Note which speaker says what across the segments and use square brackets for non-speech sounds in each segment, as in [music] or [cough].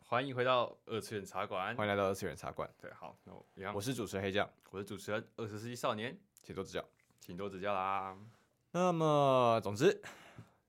Speaker 1: 欢迎回到二次元茶馆
Speaker 2: 欢。迎来到二次元茶馆，
Speaker 1: 对，好，那我一样，
Speaker 2: 我
Speaker 1: 我
Speaker 2: 是主持人黑酱，
Speaker 1: 我是主持人二十世纪少年，
Speaker 2: 请多指教。
Speaker 1: 请多指教啦。
Speaker 2: 那么，总之，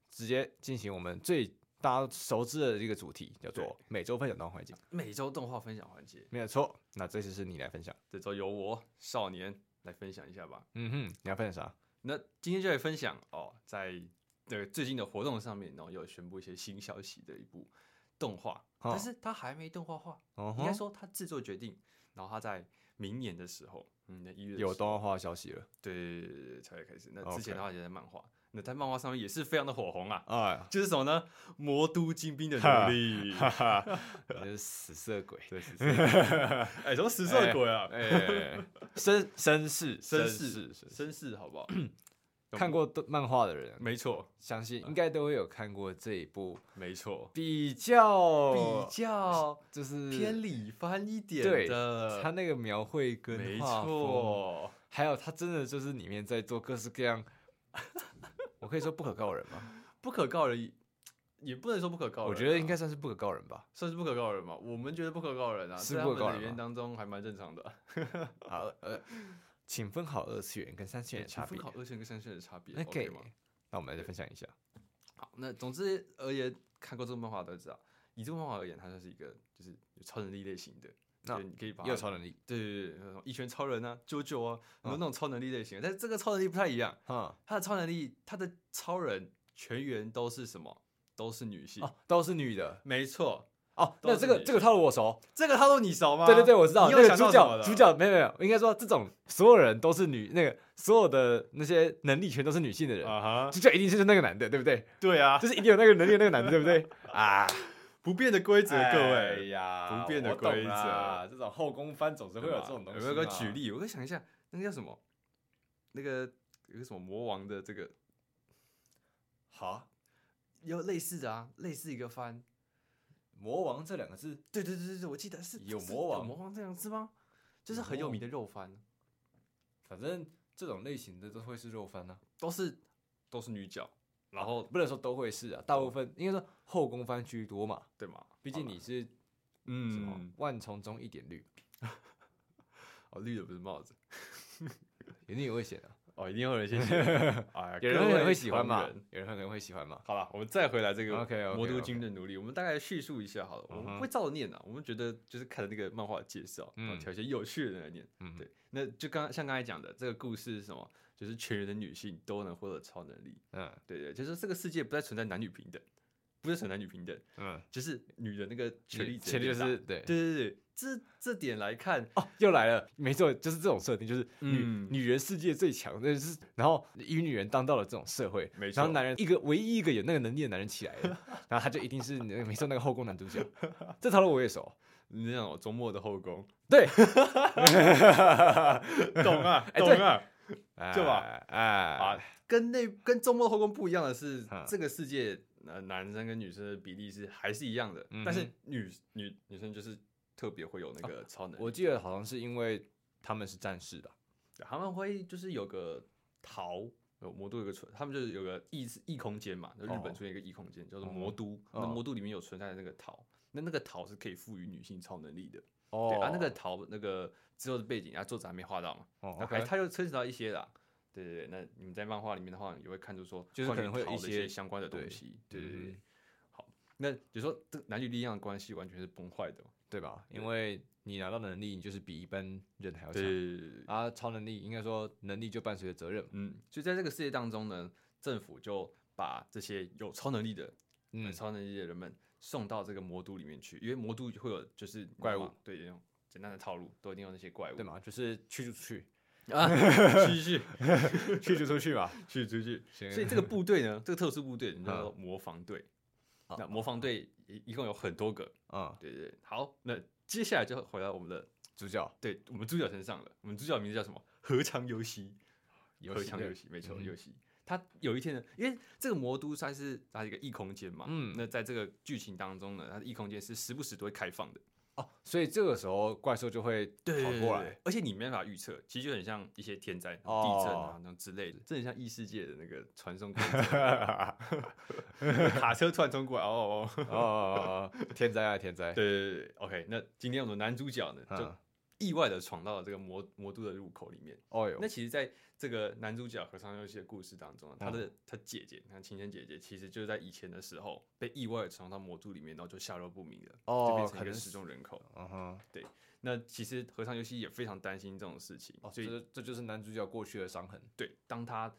Speaker 2: 直接进行我们最大家熟知的一个主题，叫做
Speaker 1: 对
Speaker 2: 每周分享动画环节。
Speaker 1: 每周动画分享环节，
Speaker 2: 没有错，那这次是你来分享。
Speaker 1: 这周由我少年来分享一下吧。
Speaker 2: 嗯哼，你要分享啥？
Speaker 1: 那今天就来分享哦，在这个最近的活动上面，然后有宣布一些新消息的一部动画，
Speaker 2: 哦
Speaker 1: 但是它还没动画化，
Speaker 2: 哦
Speaker 1: 应该
Speaker 2: 吼
Speaker 1: 说它制作决定，然后它在明年的时候，嗯，那一月的
Speaker 2: 有
Speaker 1: 时候
Speaker 2: 动画化消息了。
Speaker 1: 对对对对对才会开始。那
Speaker 2: OK
Speaker 1: 之前的话也在漫画，那在漫画上面也是非常的火红啊，
Speaker 2: 哎呀，
Speaker 1: 就是什么呢？魔都精兵的努力，
Speaker 2: 哈哈，你是哎死色鬼，
Speaker 1: 对，死
Speaker 2: [laughs]
Speaker 1: 色鬼哎，什么死色鬼啊？
Speaker 2: 哎， [laughs] 绅绅士，
Speaker 1: 绅
Speaker 2: 士
Speaker 1: 士，，绅士，好
Speaker 2: [clears throat]
Speaker 1: 不好？有
Speaker 2: 看过动漫画的人，
Speaker 1: 没错，
Speaker 2: 相信应该都会有看过这一部
Speaker 1: 没错，
Speaker 2: 比较
Speaker 1: 比较
Speaker 2: 就是
Speaker 1: 偏理番一点
Speaker 2: 对
Speaker 1: 的，
Speaker 2: 他那个描绘跟
Speaker 1: 呃没
Speaker 2: 画风，
Speaker 1: 错，
Speaker 2: 还有他真的就是里面在做各式
Speaker 1: [laughs]
Speaker 2: 各样，我可以说不可告人吗？
Speaker 1: 不可告人，也不能说不可告人啊，
Speaker 2: 我觉得应该算是不可告人吧。
Speaker 1: 算是不可告人吧。我们觉得不可告人啊，
Speaker 2: 是
Speaker 1: 在他
Speaker 2: 不
Speaker 1: 们
Speaker 2: 可
Speaker 1: 的
Speaker 2: 告人
Speaker 1: 语言
Speaker 2: 吗
Speaker 1: 当中还蛮正常的。
Speaker 2: 好，呃，请分好二次元跟三次元的差别
Speaker 1: 考。二线跟三线的差别
Speaker 2: 那
Speaker 1: ，OK
Speaker 2: 给
Speaker 1: 吗？，
Speaker 2: 那我们来分享一下。
Speaker 1: 好，那总之而言，看过这部漫画都知道，以这部漫画而言，它算是一个就是有超能力类型的。
Speaker 2: 那
Speaker 1: 对，你可以把
Speaker 2: 也有
Speaker 1: 它
Speaker 2: 超能力，
Speaker 1: 对对对，那种一拳超人啊、啾啾啊，很多那种超能力类型的，但是这个超能力不太一样，
Speaker 2: 哈、
Speaker 1: 他的超能力，他的超人全员都是什么？都是女性。
Speaker 2: 哦，都是女的
Speaker 1: 没错，
Speaker 2: 哦。
Speaker 1: 都
Speaker 2: 那
Speaker 1: 是
Speaker 2: 这个
Speaker 1: 女
Speaker 2: 这个套路我熟，
Speaker 1: 这个套路你熟吗？
Speaker 2: 对对对，我知道
Speaker 1: 你
Speaker 2: 那
Speaker 1: 又
Speaker 2: 个
Speaker 1: 想
Speaker 2: 主
Speaker 1: 到什么
Speaker 2: 角
Speaker 1: 了
Speaker 2: 主角没有没有，应该说这种所有人都是女，那个所有的那些能力全都是女性的人，
Speaker 1: 啊哈，
Speaker 2: 主角一定是那个男的，对不对？
Speaker 1: 对啊，
Speaker 2: 就是一定有那个能力的那个男的，对不对？啊，
Speaker 1: 不变的规则，各
Speaker 2: 哎
Speaker 1: 位
Speaker 2: 呀，
Speaker 1: 不变的
Speaker 2: 我懂
Speaker 1: 规则
Speaker 2: 啦，这种后宫番总是会有这种东西。
Speaker 1: 有没有个举？例？我再想一下，那个叫什么？那个有个什么魔王的这个
Speaker 2: 好，
Speaker 1: 有类似的啊，类似一个番。
Speaker 2: 魔王这两个字，
Speaker 1: 对对对对对，我记得是
Speaker 2: 有
Speaker 1: 是
Speaker 2: 魔王
Speaker 1: 有魔王这样子吗？就是
Speaker 2: 有
Speaker 1: 很
Speaker 2: 魔
Speaker 1: 有
Speaker 2: 王
Speaker 1: 名的肉番，
Speaker 2: 反正这种类型的都会是肉啊番啊，
Speaker 1: 都是都是女角，然后
Speaker 2: 不能说都会是啊，大部分应该说后宫番居多嘛，
Speaker 1: 对嘛？
Speaker 2: 毕竟
Speaker 1: 好
Speaker 2: 你是什么
Speaker 1: 嗯，
Speaker 2: 万丛中一点绿，
Speaker 1: 哦，绿的不是帽
Speaker 2: [laughs]
Speaker 1: 子，
Speaker 2: 一定有会写的，
Speaker 1: 哦，一定会有人
Speaker 2: [laughs]
Speaker 1: 先喜欢，哎呀，
Speaker 2: 有
Speaker 1: 各
Speaker 2: 人
Speaker 1: 位
Speaker 2: 会喜欢
Speaker 1: 同
Speaker 2: 嘛
Speaker 1: 仁，
Speaker 2: 有人可能会喜欢嘛。
Speaker 1: 好了，我们再回来这个
Speaker 2: OK，OK，OK
Speaker 1: 魔都精的奴隶，我们大概叙述一下好了。我
Speaker 2: 嗯哼
Speaker 1: 们不会照着念啊，我们觉得就是看了那个漫画介绍，然后
Speaker 2: 嗯
Speaker 1: 挑一些有趣的来念。
Speaker 2: 嗯
Speaker 1: 对，那就刚像刚才讲的，这个故事是什么？就是全员的女性都能获得超能力。
Speaker 2: 嗯
Speaker 1: 对对，就是这个世界不再存在男女平等，不再存在男女平等，
Speaker 2: 嗯，
Speaker 1: 就是女的那个权利直接
Speaker 2: 前提就
Speaker 1: 变大
Speaker 2: 是对
Speaker 1: 对对对，这这点来看，
Speaker 2: 哦，又来了，没错，就是这种设定，就是女、
Speaker 1: 嗯
Speaker 2: 女人世界最强，那是然后以女人当道的这种社会，
Speaker 1: 没
Speaker 2: 然
Speaker 1: 错
Speaker 2: 后男人一个唯一一个有那个能力的男人起来
Speaker 1: [laughs]
Speaker 2: 了，然后他就一定是那个没错那个后宫男主角，这套路我也熟，
Speaker 1: [laughs] 你那种周末的后宫，
Speaker 2: 对，
Speaker 1: 懂 [laughs] 啊，
Speaker 2: 哎
Speaker 1: 懂
Speaker 2: 对
Speaker 1: 啊。
Speaker 2: 对
Speaker 1: 吧？
Speaker 2: 哎、
Speaker 1: 啊，跟那跟周末后宫不一样的是
Speaker 2: 嗯，
Speaker 1: 这个世界呃男生跟女生的比例是还是一样的，
Speaker 2: 嗯哼
Speaker 1: 但是女女女生就是特别会有那个超能力，
Speaker 2: 我记得好像是因为他们是战士吧？
Speaker 1: 他们会就是有个桃，有魔都有个存，他们就是有个异次异空间嘛，就日
Speaker 2: 哦
Speaker 1: 本出现一个异空间、叫做魔都，
Speaker 2: 哦
Speaker 1: 那魔都里面有存在的那个桃，那那个桃是可以赋予女性超能力的，
Speaker 2: 哦
Speaker 1: 对啊，那个桃那个之后的背景啊，作者还没画到嘛，
Speaker 2: 哦
Speaker 1: 那还
Speaker 2: OK
Speaker 1: 它又牵扯到一些啦。对对对，那你们在漫画里面的话，也会看出说，
Speaker 2: 就是
Speaker 1: 关于
Speaker 2: 可能会有
Speaker 1: 桃的
Speaker 2: 一
Speaker 1: 一
Speaker 2: 些
Speaker 1: 相关的东
Speaker 2: 对
Speaker 1: 西。对对对
Speaker 2: 嗯，
Speaker 1: 好，那比如说这个男女力量的关系完全是崩坏的嘛。
Speaker 2: 对吧？因为你拿到的能力，你就是比一般人还要强。
Speaker 1: 对，
Speaker 2: 啊，超能力应该说能力就伴随着责任嘛，
Speaker 1: 嗯，所以在这个世界当中呢，政府就把这些有超能力的、有
Speaker 2: 嗯，
Speaker 1: 超能力的人们送到这个魔都里面去，因为魔都会有就是你知道
Speaker 2: 怪物
Speaker 1: 吗，对，那种简单的套路都一定有那些怪物。
Speaker 2: 对嘛，就是去就去，
Speaker 1: 啊，去去
Speaker 2: 去就出去吧。 [laughs]
Speaker 1: 去去出去。
Speaker 2: 所
Speaker 1: 所以这个部队呢，这个特殊部队，人家
Speaker 2: 嗯
Speaker 1: 叫做模仿队。
Speaker 2: 好
Speaker 1: 那模仿队一一共有很多个，
Speaker 2: 嗯，
Speaker 1: 对对对。好，那接下来就回到我们的，
Speaker 2: 主角
Speaker 1: 对我们主角身上了。我们主角名字叫什么？何长游戏，何
Speaker 2: 戏
Speaker 1: 长
Speaker 2: 的
Speaker 1: 游戏，没错，
Speaker 2: 嗯哼
Speaker 1: 游戏。他有一天呢，因为这个魔都算是它是一个异空间嘛，
Speaker 2: 嗯
Speaker 1: 那在这个剧情当中呢，它的异空间是时不时都会开放的，
Speaker 2: 哦，所以这个时候怪兽就会跑过来，，
Speaker 1: 而且你没办法预测，其实就很像一些天灾、地震
Speaker 2: 哦
Speaker 1: 啊那种之类的，这很像异世界的那个传送规
Speaker 2: [laughs]
Speaker 1: 则卡车突然冲过来，哦哦哦，
Speaker 2: 哦，天灾啊，天灾，
Speaker 1: 对对对对，OK，那今天我们的男主角呢，就
Speaker 2: 嗯，
Speaker 1: 意外的闯到了这个魔魔都的入口里面。
Speaker 2: 哦哟
Speaker 1: 那，其实，在这个男主角和尚优希的故事当中啊，他的
Speaker 2: 嗯
Speaker 1: 他姐姐，他亲生姐姐，其实就是在以前的时候被意外的闯到魔都里面，然后就下落不明了，
Speaker 2: 哦
Speaker 1: 就变成
Speaker 2: 可
Speaker 1: 一个
Speaker 2: 能
Speaker 1: 失
Speaker 2: 是
Speaker 1: 踪人口。
Speaker 2: 嗯哼，
Speaker 1: 那其实和尚优希也非常担心这种事情，
Speaker 2: 哦，
Speaker 1: 所
Speaker 2: 这
Speaker 1: 以
Speaker 2: 就这就是男主角过去的伤痕，
Speaker 1: 对，当他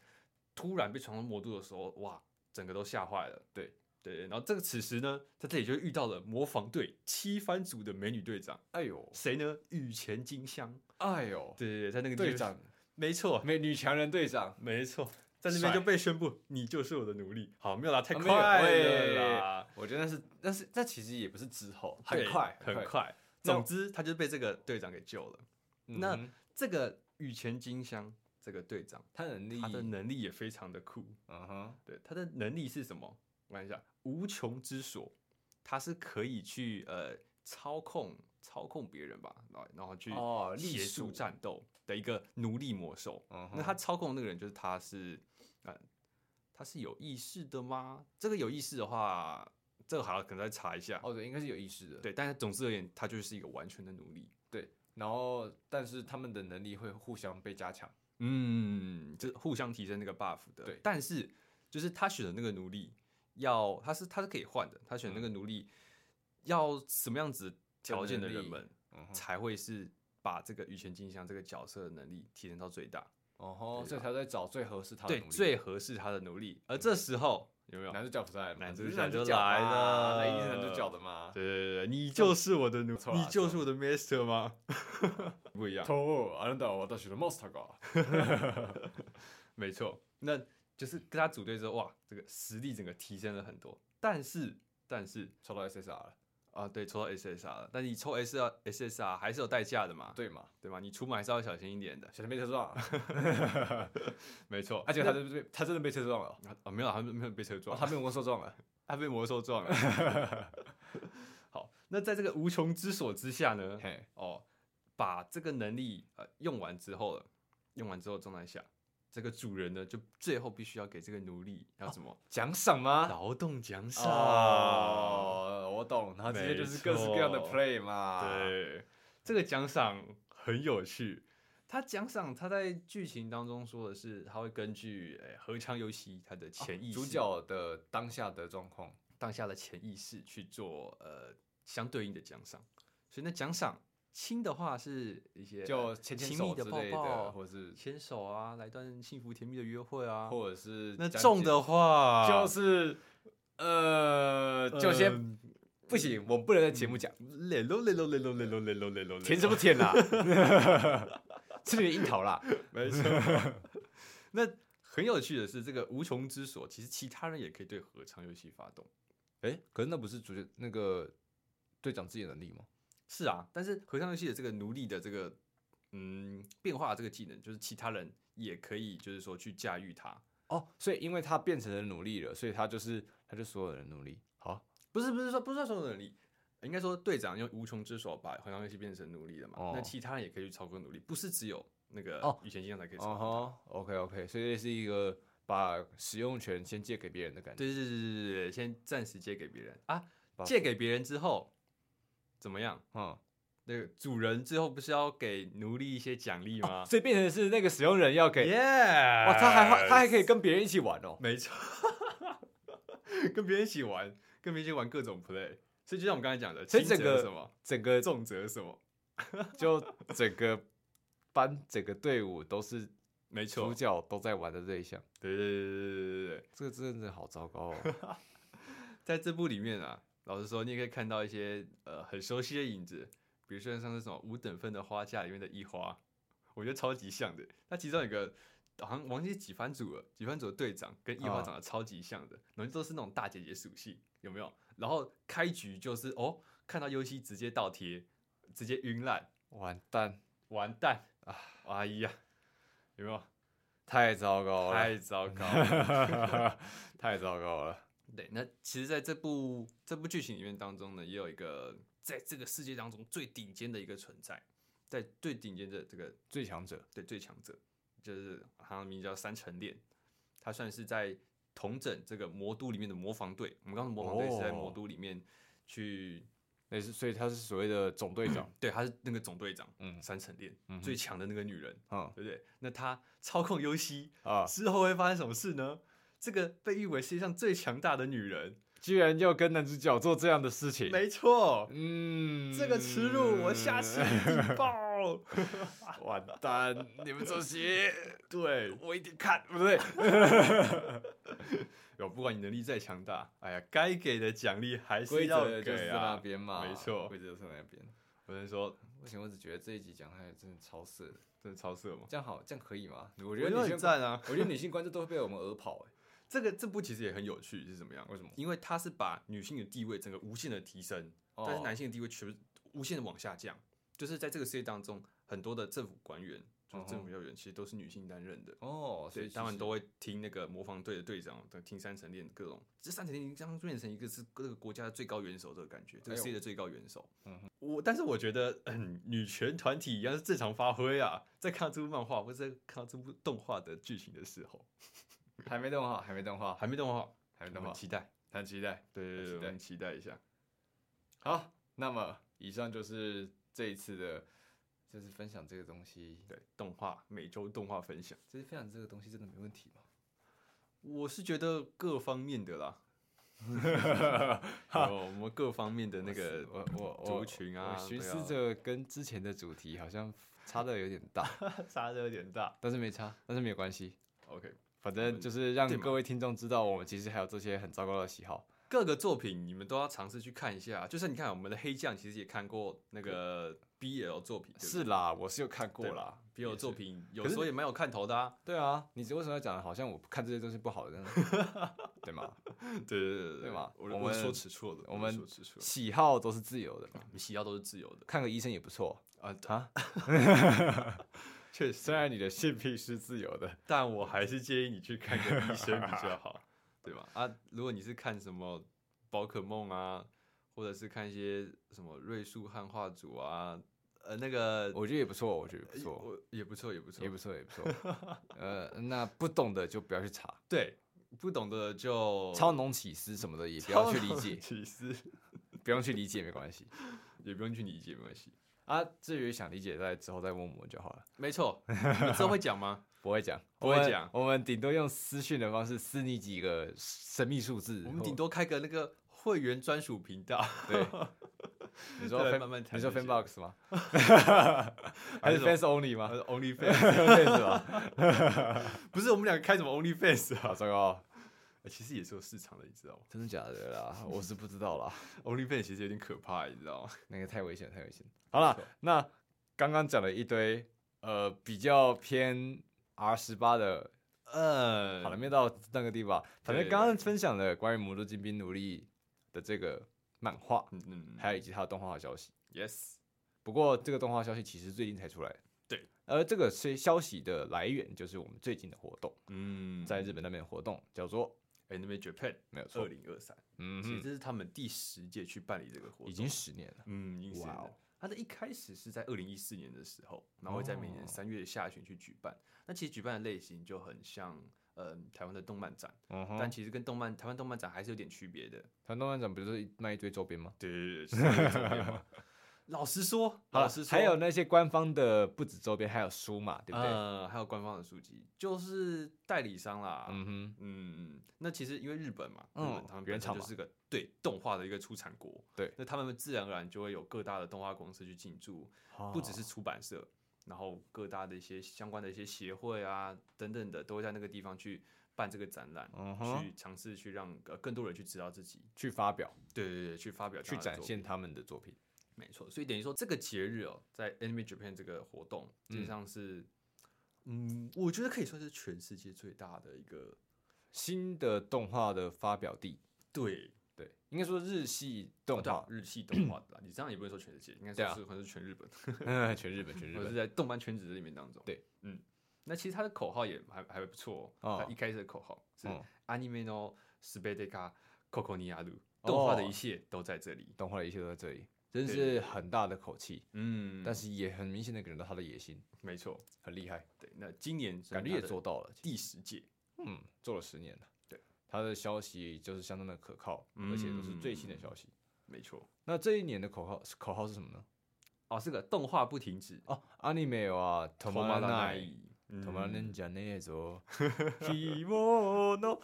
Speaker 1: 突然被闯入魔都的时候，哇，整个都吓坏了。
Speaker 2: 对
Speaker 1: 对，然后这个此时呢，在这里就遇到了模仿队七番组的美女队长，
Speaker 2: 哎呦，
Speaker 1: 谁呢？羽前金香。
Speaker 2: 哎呦，
Speaker 1: 对对对，在那个地
Speaker 2: 队
Speaker 1: 方
Speaker 2: 长，
Speaker 1: 没错，
Speaker 2: 美女强人队长，
Speaker 1: 没错，在那边
Speaker 2: 嗯帅
Speaker 1: 就被宣布你就是我的奴隶。好，没有啦，太
Speaker 2: 啊
Speaker 1: 快
Speaker 2: 没有
Speaker 1: 了啦，
Speaker 2: 我觉得那是，但是那其实也不是之后，很
Speaker 1: 对
Speaker 2: 快，
Speaker 1: 很
Speaker 2: 快，
Speaker 1: 快。
Speaker 2: 那
Speaker 1: 总之，他就被这个队长给救了。那
Speaker 2: 嗯哼
Speaker 1: 这个羽前金香这个队长，
Speaker 2: 他能力，
Speaker 1: 他的能力也非常的酷。
Speaker 2: 嗯哼，
Speaker 1: 对，他的能力是什么？我看一下，无穷之所，他是可以去呃操控操控别人吧，然后然后去
Speaker 2: 哦力
Speaker 1: 协
Speaker 2: 术
Speaker 1: 助战斗的一个奴隶魔兽。
Speaker 2: 嗯
Speaker 1: 那他操控那个人就是他是呃他是有意识的吗？这个有意识的话，这个还要可能再查一下。
Speaker 2: 哦对，应该是有意识的，
Speaker 1: 对，但是总之而言，他就是一个完全的奴隶。
Speaker 2: 对，然后但是他们的能力会互相被加强，
Speaker 1: 嗯，就是互相提升那个 buff 的。
Speaker 2: 对
Speaker 1: 但是就是他选的那个奴隶要，他是他是可以换的，他选那个奴
Speaker 2: 嗯
Speaker 1: 隶要什么样子条件的人
Speaker 2: 能
Speaker 1: 们
Speaker 2: 力嗯哼，
Speaker 1: 才会是把这个羽泉金香这个角色的能力提升到最大，
Speaker 2: 哦吼，
Speaker 1: 对
Speaker 2: 所以他在找最合适他的
Speaker 1: 对
Speaker 2: 奴，隶
Speaker 1: 最合适他的奴隶。而这时候有没有？
Speaker 2: 男主角不在嘛，
Speaker 1: 啊男主
Speaker 2: 不是
Speaker 1: 角
Speaker 2: 男
Speaker 1: 就
Speaker 2: 角
Speaker 1: 来
Speaker 2: 嘛
Speaker 1: 了
Speaker 2: 那一定是男主角的嘛，
Speaker 1: 对对对，你啊就是我的奴，
Speaker 2: 错啦
Speaker 1: 你就是我的 master 吗？ [laughs] 不一样，
Speaker 2: 头，あなたは私のモンスターか。
Speaker 1: 没错，那就是跟他组队之后，哇，这个实力整个提升了很多。但是，但是
Speaker 2: 抽到 SSR 了，
Speaker 1: 啊，对，抽到 SSR 了，但你抽 SR SSR 还是有代价的嘛，
Speaker 2: 对嘛？
Speaker 1: 对吗？你出门还是要小心一点的，
Speaker 2: 小心被车撞，啊
Speaker 1: 没错。
Speaker 2: 而且他
Speaker 1: 那
Speaker 2: 真的被他真的被车
Speaker 1: [laughs]
Speaker 2: 撞了，
Speaker 1: 啊、哦没啊有，他没有被车
Speaker 2: 哦
Speaker 1: 撞，
Speaker 2: 他被魔兽
Speaker 1: [laughs]
Speaker 2: 撞了。
Speaker 1: 他被魔兽撞了。 [laughs] 好，那在这个无穷之所之下 [laughs] 呢，
Speaker 2: 嘿，
Speaker 1: 哦，把这个能力呃用完之后了，用完之后状态下，这个主人呢就最后必须要给这个奴隶
Speaker 2: 哦
Speaker 1: 要什么、
Speaker 2: 奖赏吗？
Speaker 1: 劳动奖赏。
Speaker 2: 啊哦，我懂，然后直接就是各式各样的
Speaker 1: 没错
Speaker 2: play 嘛。，
Speaker 1: 对，这个奖赏很有趣。他奖赏他在剧情当中说的是，他会根据诶合唱游戏他的潜意识、
Speaker 2: 哦主角的当下的状况，
Speaker 1: 当下的潜意识去做呃相对应的奖赏。所以那奖赏轻的话是一些
Speaker 2: 就
Speaker 1: 呃
Speaker 2: 牵牵
Speaker 1: 亲
Speaker 2: 手
Speaker 1: 密
Speaker 2: 之
Speaker 1: 的抱
Speaker 2: 类的，
Speaker 1: 抱、
Speaker 2: 或是
Speaker 1: 牵手啊，来段幸福甜蜜的约会啊。
Speaker 2: 或者是
Speaker 1: 那
Speaker 2: 讲
Speaker 1: 重的话
Speaker 2: 就是呃，就先
Speaker 1: 嗯
Speaker 2: 不行，我不能在节目讲，
Speaker 1: 累喽累喽累喽累喽累喽累喽，
Speaker 2: 舔什么舔 [laughs] 啦？吃你的樱桃啦！
Speaker 1: 没
Speaker 2: [laughs]
Speaker 1: 错。那很有趣的是，这个无穷之所，其实其他人也可以对合唱游戏发动。
Speaker 2: 哎、可是那不是主角那个队长自己的能力吗？
Speaker 1: 是啊，但是合唱游戏的这个奴隶的这个嗯变化这个技能，就是其他人也可以，就是说去驾驭它。
Speaker 2: 哦，所以因为他变成了努力了，所以他就是他就所有人努力。好，
Speaker 1: 不是不是说不是说所有能力，应该说队长用无穷之手把合唱游戏变成奴隶了嘛？
Speaker 2: 哦
Speaker 1: 那其他人也可以去操控奴隶，不是只有那个
Speaker 2: 哦
Speaker 1: 以前经常才可以操控。
Speaker 2: 哦吼，OK OK，所以这是一个把使用权先借给别人的感觉。
Speaker 1: 对对对对对对，先暂时借给别人啊，
Speaker 2: 把
Speaker 1: 借给别人之后怎么样？
Speaker 2: 嗯，
Speaker 1: 那个主人最后不是要给奴隶一些奖励吗？
Speaker 2: 所以变成是那个使用人要给。
Speaker 1: 耶！
Speaker 2: 哇，
Speaker 1: 哇
Speaker 2: 他还会他还可以跟别人一起玩哦。
Speaker 1: 没错， [laughs] 跟别人一起玩，跟别人一起玩各种 play，所以就像我们刚才讲的，
Speaker 2: 所以整
Speaker 1: 轻则
Speaker 2: 个
Speaker 1: 什么，
Speaker 2: 整个
Speaker 1: 重则什么，
Speaker 2: 就整个班整个队伍都是
Speaker 1: 没
Speaker 2: 主
Speaker 1: 错，
Speaker 2: 角都在玩的对象，
Speaker 1: 对对对对对对对，
Speaker 2: 这个真的好糟糕哦。
Speaker 1: 在这部里面啊，老实说，你也可以看到一些呃很熟悉的影子，比如说像是什么五等份的花架里面的一花，我觉得超级像的。那其中有一个好像忘记几番组了，几番组的队长跟一花
Speaker 2: 啊
Speaker 1: 长得超级像的，然后都是那种大姐姐属性，有没有？然后开局就是哦，看到优希直接倒贴，直接晕烂，
Speaker 2: 完蛋，
Speaker 1: 完蛋啊！哎呀，有没有？
Speaker 2: 太糟糕了，
Speaker 1: 太糟糕了。
Speaker 2: 太糟糕了。
Speaker 1: 对，那其实在这部这部剧情里面当中呢，也有一个在这个世界当中最顶尖的一个存在，在最顶尖的这个
Speaker 2: 最强者，
Speaker 1: 对最强者，就是好像名字叫三成链，他算是在同整这个魔都里面的模仿队。我们刚刚模仿队是在魔
Speaker 2: 哦
Speaker 1: 都里面去，，
Speaker 2: 类似，所以他是所谓的总队长
Speaker 1: 对，他是那个总队长，
Speaker 2: 嗯
Speaker 1: 三成链、
Speaker 2: 嗯哼
Speaker 1: 最强的那个女人，
Speaker 2: 嗯
Speaker 1: 对不对？那她操控优西
Speaker 2: 啊，
Speaker 1: 之后会发生什么事呢？这个被誉为世界上最强大的女人，
Speaker 2: 居然要跟男主角做这样的事情，
Speaker 1: 没错，
Speaker 2: 嗯，
Speaker 1: 这个耻辱我下次一定爆。
Speaker 2: [laughs] 完蛋，你们这些，
Speaker 1: [laughs] 对，
Speaker 2: 我一定看，不
Speaker 1: [laughs]
Speaker 2: 对，
Speaker 1: [laughs] 有不管你能力再强大，哎呀，该给的奖励还是
Speaker 2: 规
Speaker 1: 要
Speaker 2: 则就是
Speaker 1: 给
Speaker 2: 在那
Speaker 1: 啊。
Speaker 2: 边嘛，
Speaker 1: 没错
Speaker 2: 规则就是在那边。
Speaker 1: 我能说，
Speaker 2: 不行，我只觉得这一集讲太真的超色的，
Speaker 1: 真的超色吗？
Speaker 2: 这样好，这样可以吗？我
Speaker 1: 我
Speaker 2: 觉得女
Speaker 1: 很
Speaker 2: 性，
Speaker 1: 赞啊！
Speaker 2: [laughs] 我觉得女性观众都会被我们讹跑，哎，
Speaker 1: 这个这部其实也很有趣，是怎么样？
Speaker 2: 为什么
Speaker 1: 因为它是把女性的地位整个无限的提升， [laughs] 但是
Speaker 2: 哦
Speaker 1: 男性的地位全部无限的往下降。就是在这个世界当中，很多的政府官员，就是政
Speaker 2: 嗯
Speaker 1: 府要员，其实都是女性担任的。
Speaker 2: 哦，所
Speaker 1: 对，
Speaker 2: 以
Speaker 1: 他们
Speaker 2: 其
Speaker 1: 都会听那个模仿队的队长，对听三层链各种。这三层链将变成一个是各个国家的最高元首，这个感觉，这个
Speaker 2: 哎呦
Speaker 1: 世界的最高元首。
Speaker 2: 嗯哼
Speaker 1: 我但是我觉得，嗯，女权团体一样是正常发挥啊。在看到这部漫画或者在看到这部动画的剧情的时候，
Speaker 2: 实还没动画，还没动画，
Speaker 1: 还没动画，
Speaker 2: 还没
Speaker 1: 我
Speaker 2: 动
Speaker 1: 们
Speaker 2: 画，
Speaker 1: 期待。
Speaker 2: 很期待。
Speaker 1: 对对对，
Speaker 2: 期
Speaker 1: 我
Speaker 2: 待
Speaker 1: 们期待一下。
Speaker 2: 好，那么以上就是这一次的，就是分享这个东西，
Speaker 1: 对，动画每周动画分享，
Speaker 2: 就是分享这个东西真的没问题吗？
Speaker 1: 我是觉得各方面的
Speaker 2: [laughs]
Speaker 1: 啦。有我们各方面的那个
Speaker 2: 我我我
Speaker 1: 族群啊
Speaker 2: 我寻
Speaker 1: 对
Speaker 2: 思
Speaker 1: 啊
Speaker 2: 着跟之前的主题好像差的有点 [laughs] 大，
Speaker 1: 差的有点大。
Speaker 2: 但是没差，但是没有关系，
Speaker 1: OK，
Speaker 2: 反正就是让
Speaker 1: 对嘛
Speaker 2: 各位听众知道我们其实还有这些很糟糕的喜好。
Speaker 1: 各个作品你们都要尝试去看一下。啊就是你看我们的黑酱，其实也看过那个 BL 作品，
Speaker 2: 是啦，我是有看过
Speaker 1: 对
Speaker 2: 啦。
Speaker 1: 对不对 BL
Speaker 2: 也是
Speaker 1: 作品，有
Speaker 2: 可是
Speaker 1: 时候也蛮有看头的啊。
Speaker 2: 对啊，你为什么要讲的好像我看这些东西不好的呢？ [laughs] 对吗？
Speaker 1: [laughs] 对对对对
Speaker 2: 对嘛
Speaker 1: 我
Speaker 2: 我们
Speaker 1: 说吃醋了，
Speaker 2: 我们
Speaker 1: 说吃醋了，
Speaker 2: 喜好都是自由的嘛，
Speaker 1: 你喜好都是自由的
Speaker 2: 看个医生也不错。
Speaker 1: 啊，对
Speaker 2: 啊，
Speaker 1: 确实。
Speaker 2: 虽然你的性癖是自由的，
Speaker 1: [laughs] 但我还是建议你去看个医生比较 [laughs] 好，对吧？啊，如果你是看什么宝可梦啊，或者是看一些什么瑞树汉化组啊，呃，那个
Speaker 2: [laughs] 我觉得也不错，我觉得也不
Speaker 1: 呃
Speaker 2: 错，
Speaker 1: 我也不错，也不错
Speaker 2: 也，不错，也不错。呃，那不懂的就不要去查，
Speaker 1: 对，不懂的就
Speaker 2: 超农起司什么的也不要去理解，
Speaker 1: 其实
Speaker 2: 不用去理解没关系
Speaker 1: 也不用去理解，没关系。
Speaker 2: 啊。至于想理解，在之后再问我们就好了。
Speaker 1: [laughs] 没错，你们真会讲 [laughs] 吗？
Speaker 2: 不会讲，
Speaker 1: 不会
Speaker 2: 我们
Speaker 1: 讲
Speaker 2: 我们顶多用私讯的方式私你几个神秘数字。
Speaker 1: 我们顶多开个那个会员专属频 [laughs] 道，
Speaker 2: 对，你说
Speaker 1: 再来
Speaker 2: fan
Speaker 1: 慢慢谈
Speaker 2: 你说
Speaker 1: 这
Speaker 2: fan
Speaker 1: 些
Speaker 2: box
Speaker 1: [laughs]
Speaker 2: 吗？
Speaker 1: 还
Speaker 2: 还
Speaker 1: 是什
Speaker 2: 是
Speaker 1: 么
Speaker 2: fans
Speaker 1: 还
Speaker 2: only 吗
Speaker 1: 是 OnlyFans？ [laughs]
Speaker 2: ？fans 吧，
Speaker 1: 不是，我们两个开什么 OnlyFans 啊？
Speaker 2: [laughs] 好糟糕，
Speaker 1: [laughs]
Speaker 2: 哦
Speaker 1: 其实也是有市场的，你知道吗 [laughs]
Speaker 2: 真的假的啦？我是不知道啦，
Speaker 1: ？OnlyFans 其实有点可怕，你知道 [laughs] 吗？
Speaker 2: 那个太危险，太危险。好了
Speaker 1: 没错，
Speaker 2: 那刚刚讲了一堆，呃，比较偏 R 十八的
Speaker 1: [laughs] 呃
Speaker 2: 好了，没有到那个地方。反正
Speaker 1: 对
Speaker 2: 刚刚分享了关于《魔都精兵奴隶》的这个漫画，
Speaker 1: 嗯嗯
Speaker 2: 还有以及它的动画消息。
Speaker 1: ，Yes，
Speaker 2: 不过这个动画消息其实最近才出来。
Speaker 1: 对，
Speaker 2: 而这个是消息的来源就是我们最近的活动，
Speaker 1: 嗯，
Speaker 2: 在日本那边的活动叫做
Speaker 1: Anime Japan
Speaker 2: 没有
Speaker 1: 二
Speaker 2: 错，
Speaker 1: 零二三，
Speaker 2: 嗯
Speaker 1: 其实
Speaker 2: 哼，
Speaker 1: 这是他们第十届去办理这个活动，
Speaker 2: 已经十年了。
Speaker 1: 嗯，已经哇
Speaker 2: 哇哦
Speaker 1: 哦！它的一开始是在二零一四年的时候，然后会在每
Speaker 2: 哦
Speaker 1: 年三月下旬去举办。那其实举办的类型就很像，呃，台湾的动漫展，
Speaker 2: 嗯
Speaker 1: 但
Speaker 2: 哼，
Speaker 1: 其实跟动漫台湾动漫展还是有点区别的。
Speaker 2: 团动漫展不就是卖一堆周边吗？
Speaker 1: 对对对，是有点差别嘛 [laughs] 老实说，老
Speaker 2: 好了
Speaker 1: 实，说，
Speaker 2: 还有那些官方的不止周边，还有书嘛，对不对？
Speaker 1: 呃，还有官方的书籍，就是代理商啦。嗯
Speaker 2: 嗯哼，
Speaker 1: 嗯，那其实因为日本嘛，日
Speaker 2: 嗯
Speaker 1: 本他们
Speaker 2: 原
Speaker 1: 本身
Speaker 2: 厂
Speaker 1: 就
Speaker 2: 嘛
Speaker 1: 是个对动画的一个出产国，
Speaker 2: 对
Speaker 1: 那他们自然而然就会有各大的动画公司去进驻，不
Speaker 2: 哦
Speaker 1: 只是出版社，然后各大的一些相关的一些协会啊等等的，都会在那个地方去办这个展览，
Speaker 2: 嗯哼
Speaker 1: 去尝试去让呃更多人去知道自己，
Speaker 2: 去发表、
Speaker 1: 对对对，去发表这
Speaker 2: 去
Speaker 1: 样的
Speaker 2: 展
Speaker 1: 作
Speaker 2: 现他们的作品。
Speaker 1: 品，没错。所以等于说这个节日哦，在 Anime Japan 这个活动，基本上是，嗯，我觉得可以算是全世界最大的一个，
Speaker 2: 新的动画的发表地，
Speaker 1: 对，
Speaker 2: 对，应该说日系动
Speaker 1: 哦对啊
Speaker 2: 画，
Speaker 1: 日系动画的啦，你这样也不能说全世界，应该
Speaker 2: 对啊
Speaker 1: 说是可能是全日本。
Speaker 2: [laughs] 嗯，全日本，全日
Speaker 1: 我是
Speaker 2: 本，
Speaker 1: 在动漫圈子里面当中。
Speaker 2: 对，
Speaker 1: 嗯，那其实他的口号也还还不错哦。
Speaker 2: 哦
Speaker 1: 他一开始的口号是
Speaker 2: 嗯
Speaker 1: “anime no
Speaker 2: 哦
Speaker 1: s p e d e k a k o k o n i a r u 动画的一切都在这里。
Speaker 2: 动画的一切都在这里。真
Speaker 1: 对对
Speaker 2: 是很大的口气，
Speaker 1: 嗯，
Speaker 2: 但是也很明显的感觉到他的野心
Speaker 1: 没错，
Speaker 2: 很厉害，
Speaker 1: 对，那今年
Speaker 2: 感觉也做到了，
Speaker 1: 第十届，
Speaker 2: 嗯，做了十年了。
Speaker 1: 对，嗯
Speaker 2: 他的消息就是相当的可靠，而且都是最新的消息。
Speaker 1: 没错。
Speaker 2: 那这一年的口号口号是什么呢？
Speaker 1: 哦，这个动画不停止，
Speaker 2: 哦，anime 啊，头
Speaker 1: 头
Speaker 2: 马
Speaker 1: 马
Speaker 2: 奈，
Speaker 1: 嗯
Speaker 2: 头马奈じゃねえぞ [laughs] 希望の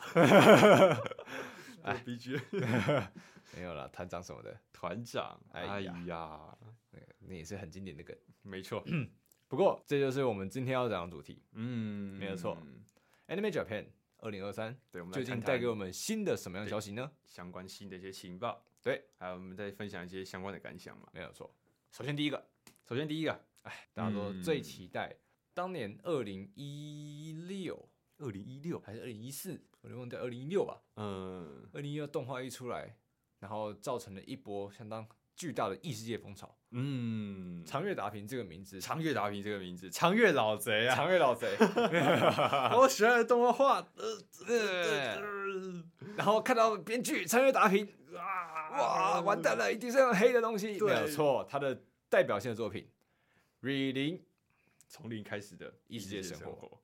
Speaker 1: 哎，BG
Speaker 2: 没有啦，团长什么的，
Speaker 1: 团长，
Speaker 2: 哎
Speaker 1: 哎
Speaker 2: 呀
Speaker 1: 呀，
Speaker 2: 那个那也是很经典的 [laughs] 梗。
Speaker 1: 没错，
Speaker 2: [clears throat] 不过这就是我们今天要讲的主题
Speaker 1: 嗯，
Speaker 2: 没有错，Anime Japan 二零二三
Speaker 1: 对，我们来
Speaker 2: 究竟
Speaker 1: 看
Speaker 2: 带
Speaker 1: 看
Speaker 2: 给我们新的什么样的消息呢？
Speaker 1: 相关新的一些情报，
Speaker 2: 对，
Speaker 1: 还有我们再分享一些相关的感想嘛。
Speaker 2: 没有错。首先第一个，
Speaker 1: 首先第一个，
Speaker 2: 大家都最
Speaker 1: 嗯
Speaker 2: 期待，当年二零一六
Speaker 1: 二零一六，
Speaker 2: 还是二零一四，我就忘掉二零一六吧。
Speaker 1: 嗯
Speaker 2: 二零一六动画一出来，然后造成了一波相当巨大的异世界风潮。
Speaker 1: 嗯，
Speaker 2: 长月达平这个名字，
Speaker 1: 长月达平这个名字，长月老贼啊，
Speaker 2: 长月老
Speaker 1: [laughs]
Speaker 2: 贼，
Speaker 1: 我喜欢的动画，呃
Speaker 2: 对然后看到编剧长月达平，
Speaker 1: 啊
Speaker 2: 哇，完蛋了，一定是很黑的东西。
Speaker 1: 对
Speaker 2: 没有错，他的代表性的作品《r e a d i [laughs] n
Speaker 1: 从零开始的
Speaker 2: 异世界生活
Speaker 1: 活，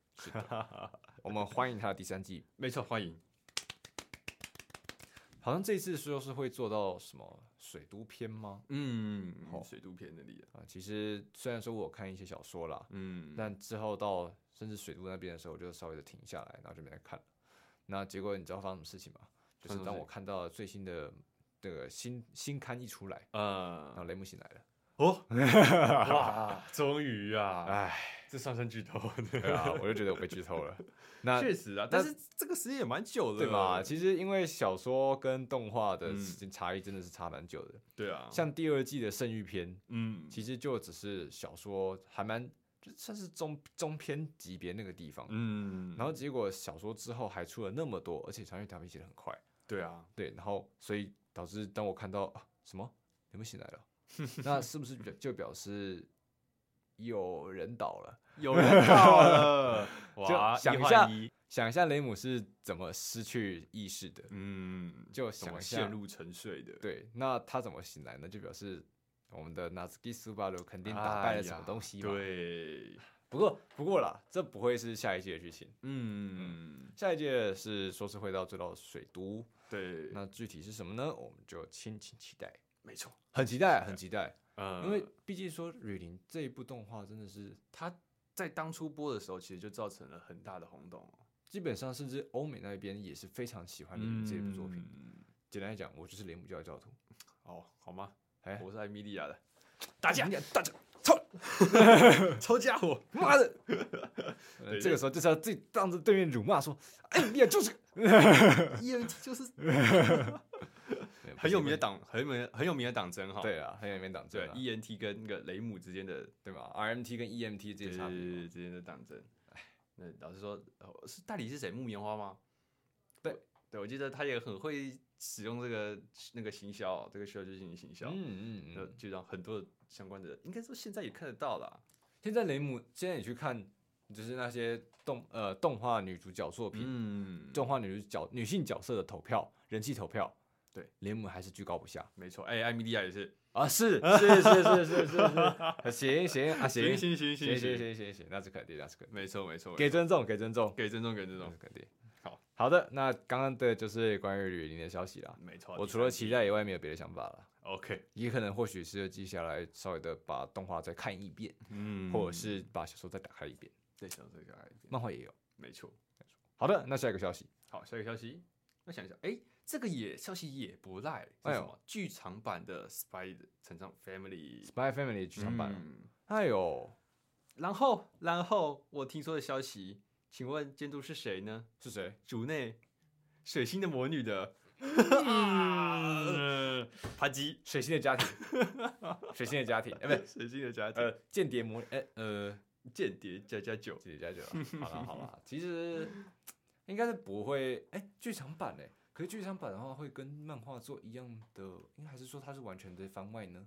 Speaker 2: 我们欢迎他的第三季。
Speaker 1: 没错，欢迎。
Speaker 2: 好像这次说是会做到什么水都篇吗？
Speaker 1: 嗯，
Speaker 2: 好
Speaker 1: 水都篇那里的，
Speaker 2: 啊，其实虽然说我有看一些小说啦，
Speaker 1: 嗯，
Speaker 2: 但之后到甚至水都那边的时候，我就稍微的停下来，然后就没再看了。那结果你知道发生什么事情吗？就
Speaker 1: 发生什
Speaker 2: 是
Speaker 1: 么
Speaker 2: 当
Speaker 1: 事
Speaker 2: 我看到最新的这个新新刊一出来，然后
Speaker 1: 呃，
Speaker 2: 雷姆醒来了，
Speaker 1: 哦， [laughs] 哇，终于啊，
Speaker 2: 哎，
Speaker 1: 这上升巨头，
Speaker 2: 对
Speaker 1: [laughs]
Speaker 2: 啊，我就觉得我被剧 [laughs] 透了。那
Speaker 1: 确实啊，但是这个时间也蛮久了，
Speaker 2: 对嘛？？其实因为小说跟动画的
Speaker 1: 呃嗯
Speaker 2: 时间差异真的是差蛮久的。
Speaker 1: 对啊，
Speaker 2: 像第二季的《圣域篇》，
Speaker 1: 嗯，
Speaker 2: 其实就只是小说还蛮就算是中中篇级别那个地方。
Speaker 1: 嗯，
Speaker 2: 然后结果小说之后还出了那么多，而且长月达平写的很快，
Speaker 1: 对啊，
Speaker 2: 对，然后所以导致当我看到啊什么你们醒来了， [laughs] 那是不是表就表示有人倒了？
Speaker 1: 有人到了， [laughs] 哇，
Speaker 2: 想
Speaker 1: 一
Speaker 2: 一下
Speaker 1: 换一，
Speaker 2: 想一下雷姆是怎么失去意识的？
Speaker 1: 嗯，
Speaker 2: 就
Speaker 1: 怎
Speaker 2: 想
Speaker 1: 么
Speaker 2: 一下
Speaker 1: 陷入沉睡的？
Speaker 2: 对，那他怎么醒来呢？就表示我们的 Natsuki Subaru 肯定打败
Speaker 1: 哎
Speaker 2: 了什么
Speaker 1: 呀
Speaker 2: 东西嘛。，
Speaker 1: 对，
Speaker 2: 不过不过啦，这不会是下一季的剧情，
Speaker 1: 嗯，
Speaker 2: 下一届是说是会到最到水都，
Speaker 1: 对，
Speaker 2: 那具体是什么呢？我们就敬请期待，
Speaker 1: 没错，
Speaker 2: 很期待，啊很期待，
Speaker 1: 嗯，
Speaker 2: 因为毕竟说《雨林》这一部动画真的是
Speaker 1: 它在当初播的时候，其实就造成了很大的轰动哦。
Speaker 2: 基本上甚至欧美那边也是非常喜欢《雨林》这一部作品。
Speaker 1: 嗯
Speaker 2: 简单来讲，我就是雷姆教的教徒，
Speaker 1: 哦，好吗？
Speaker 2: 哎
Speaker 1: 我是艾米莉亚的， [laughs]
Speaker 2: 大家大家
Speaker 1: 臭家伙，
Speaker 2: 妈
Speaker 1: [laughs]
Speaker 2: 的！呃
Speaker 1: 对
Speaker 2: 这个时候就是要自己当着对面辱骂说：“哎，你也就是个
Speaker 1: ，ENT ，E
Speaker 2: [laughs]
Speaker 1: 就是
Speaker 2: 对不
Speaker 1: 很
Speaker 2: 是
Speaker 1: 有名
Speaker 2: 因为
Speaker 1: 的党，很有名很有名的党争哈。
Speaker 2: 对啊，很有名党争
Speaker 1: 对
Speaker 2: 啊，
Speaker 1: ，ENT 跟那个雷姆之间的
Speaker 2: 对吧？RMT 跟 EMT 这
Speaker 1: 对对
Speaker 2: 些差别哎嘛，
Speaker 1: 对之间的党争。那老实说，呃是代理是谁？木棉花吗？
Speaker 2: 对
Speaker 1: 我，对我记得他也很会使用这个那个行销，哦这个需要就是进行行销，
Speaker 2: 嗯嗯
Speaker 1: 那
Speaker 2: 嗯。
Speaker 1: 就让很多相关的，应该说现在也看得到啦。
Speaker 2: 现在雷姆，现在你去看，就是那些动呃动画女主角作品，
Speaker 1: 嗯，
Speaker 2: 动画女主角女性角色的投票人气投票，
Speaker 1: 对
Speaker 2: 雷姆还是居高不下
Speaker 1: 没错，哎、艾米莉亚也是，
Speaker 2: 啊！是 [laughs] 是是是是是，行行 [laughs] 啊
Speaker 1: 行行
Speaker 2: 行行行
Speaker 1: 行
Speaker 2: 行，行行行，那是肯定，那是肯定，
Speaker 1: 没错没错，
Speaker 2: 给尊重，给尊重，
Speaker 1: 给尊重给尊
Speaker 2: 那
Speaker 1: 重
Speaker 2: 是，肯定。
Speaker 1: 好
Speaker 2: 好的，那刚刚的就是关于吕林的消息啦。
Speaker 1: 没错。
Speaker 2: 我
Speaker 1: 第
Speaker 2: 除了
Speaker 1: 三
Speaker 2: 期
Speaker 1: 季
Speaker 2: 待以外，没有别的想法了。
Speaker 1: ，OK，
Speaker 2: 也可能或许是接下来稍微的把动画再看一遍，
Speaker 1: 嗯
Speaker 2: 或者是把小说再打开一遍，
Speaker 1: 再想这个一点，
Speaker 2: 漫画也有。
Speaker 1: 没错。
Speaker 2: 好的，那下一个消息，
Speaker 1: 好，下一个消息，我想一下，哎、这个也消息也不赖，是
Speaker 2: 哎呦
Speaker 1: 什么？剧场版的《Spy 的成长 Family》
Speaker 2: 《Spy Family》剧场版。
Speaker 1: 嗯
Speaker 2: 哎呦，
Speaker 1: 然后，然后我听说的消息，请问监督是谁呢？
Speaker 2: 是谁？
Speaker 1: 主内水星的魔女的 [laughs] 帕基，
Speaker 2: 水星的家庭， [laughs] 水星的家庭，哎，不是，
Speaker 1: 水星的家庭
Speaker 2: 呃，间谍魔，哎，呃，
Speaker 1: 间谍加加九，
Speaker 2: 间谍家庭啊。好了好了，其实应该是不会，哎，剧场版哎，可是剧场版的话会跟漫画做一样的，应该还是说它是完全的番外呢？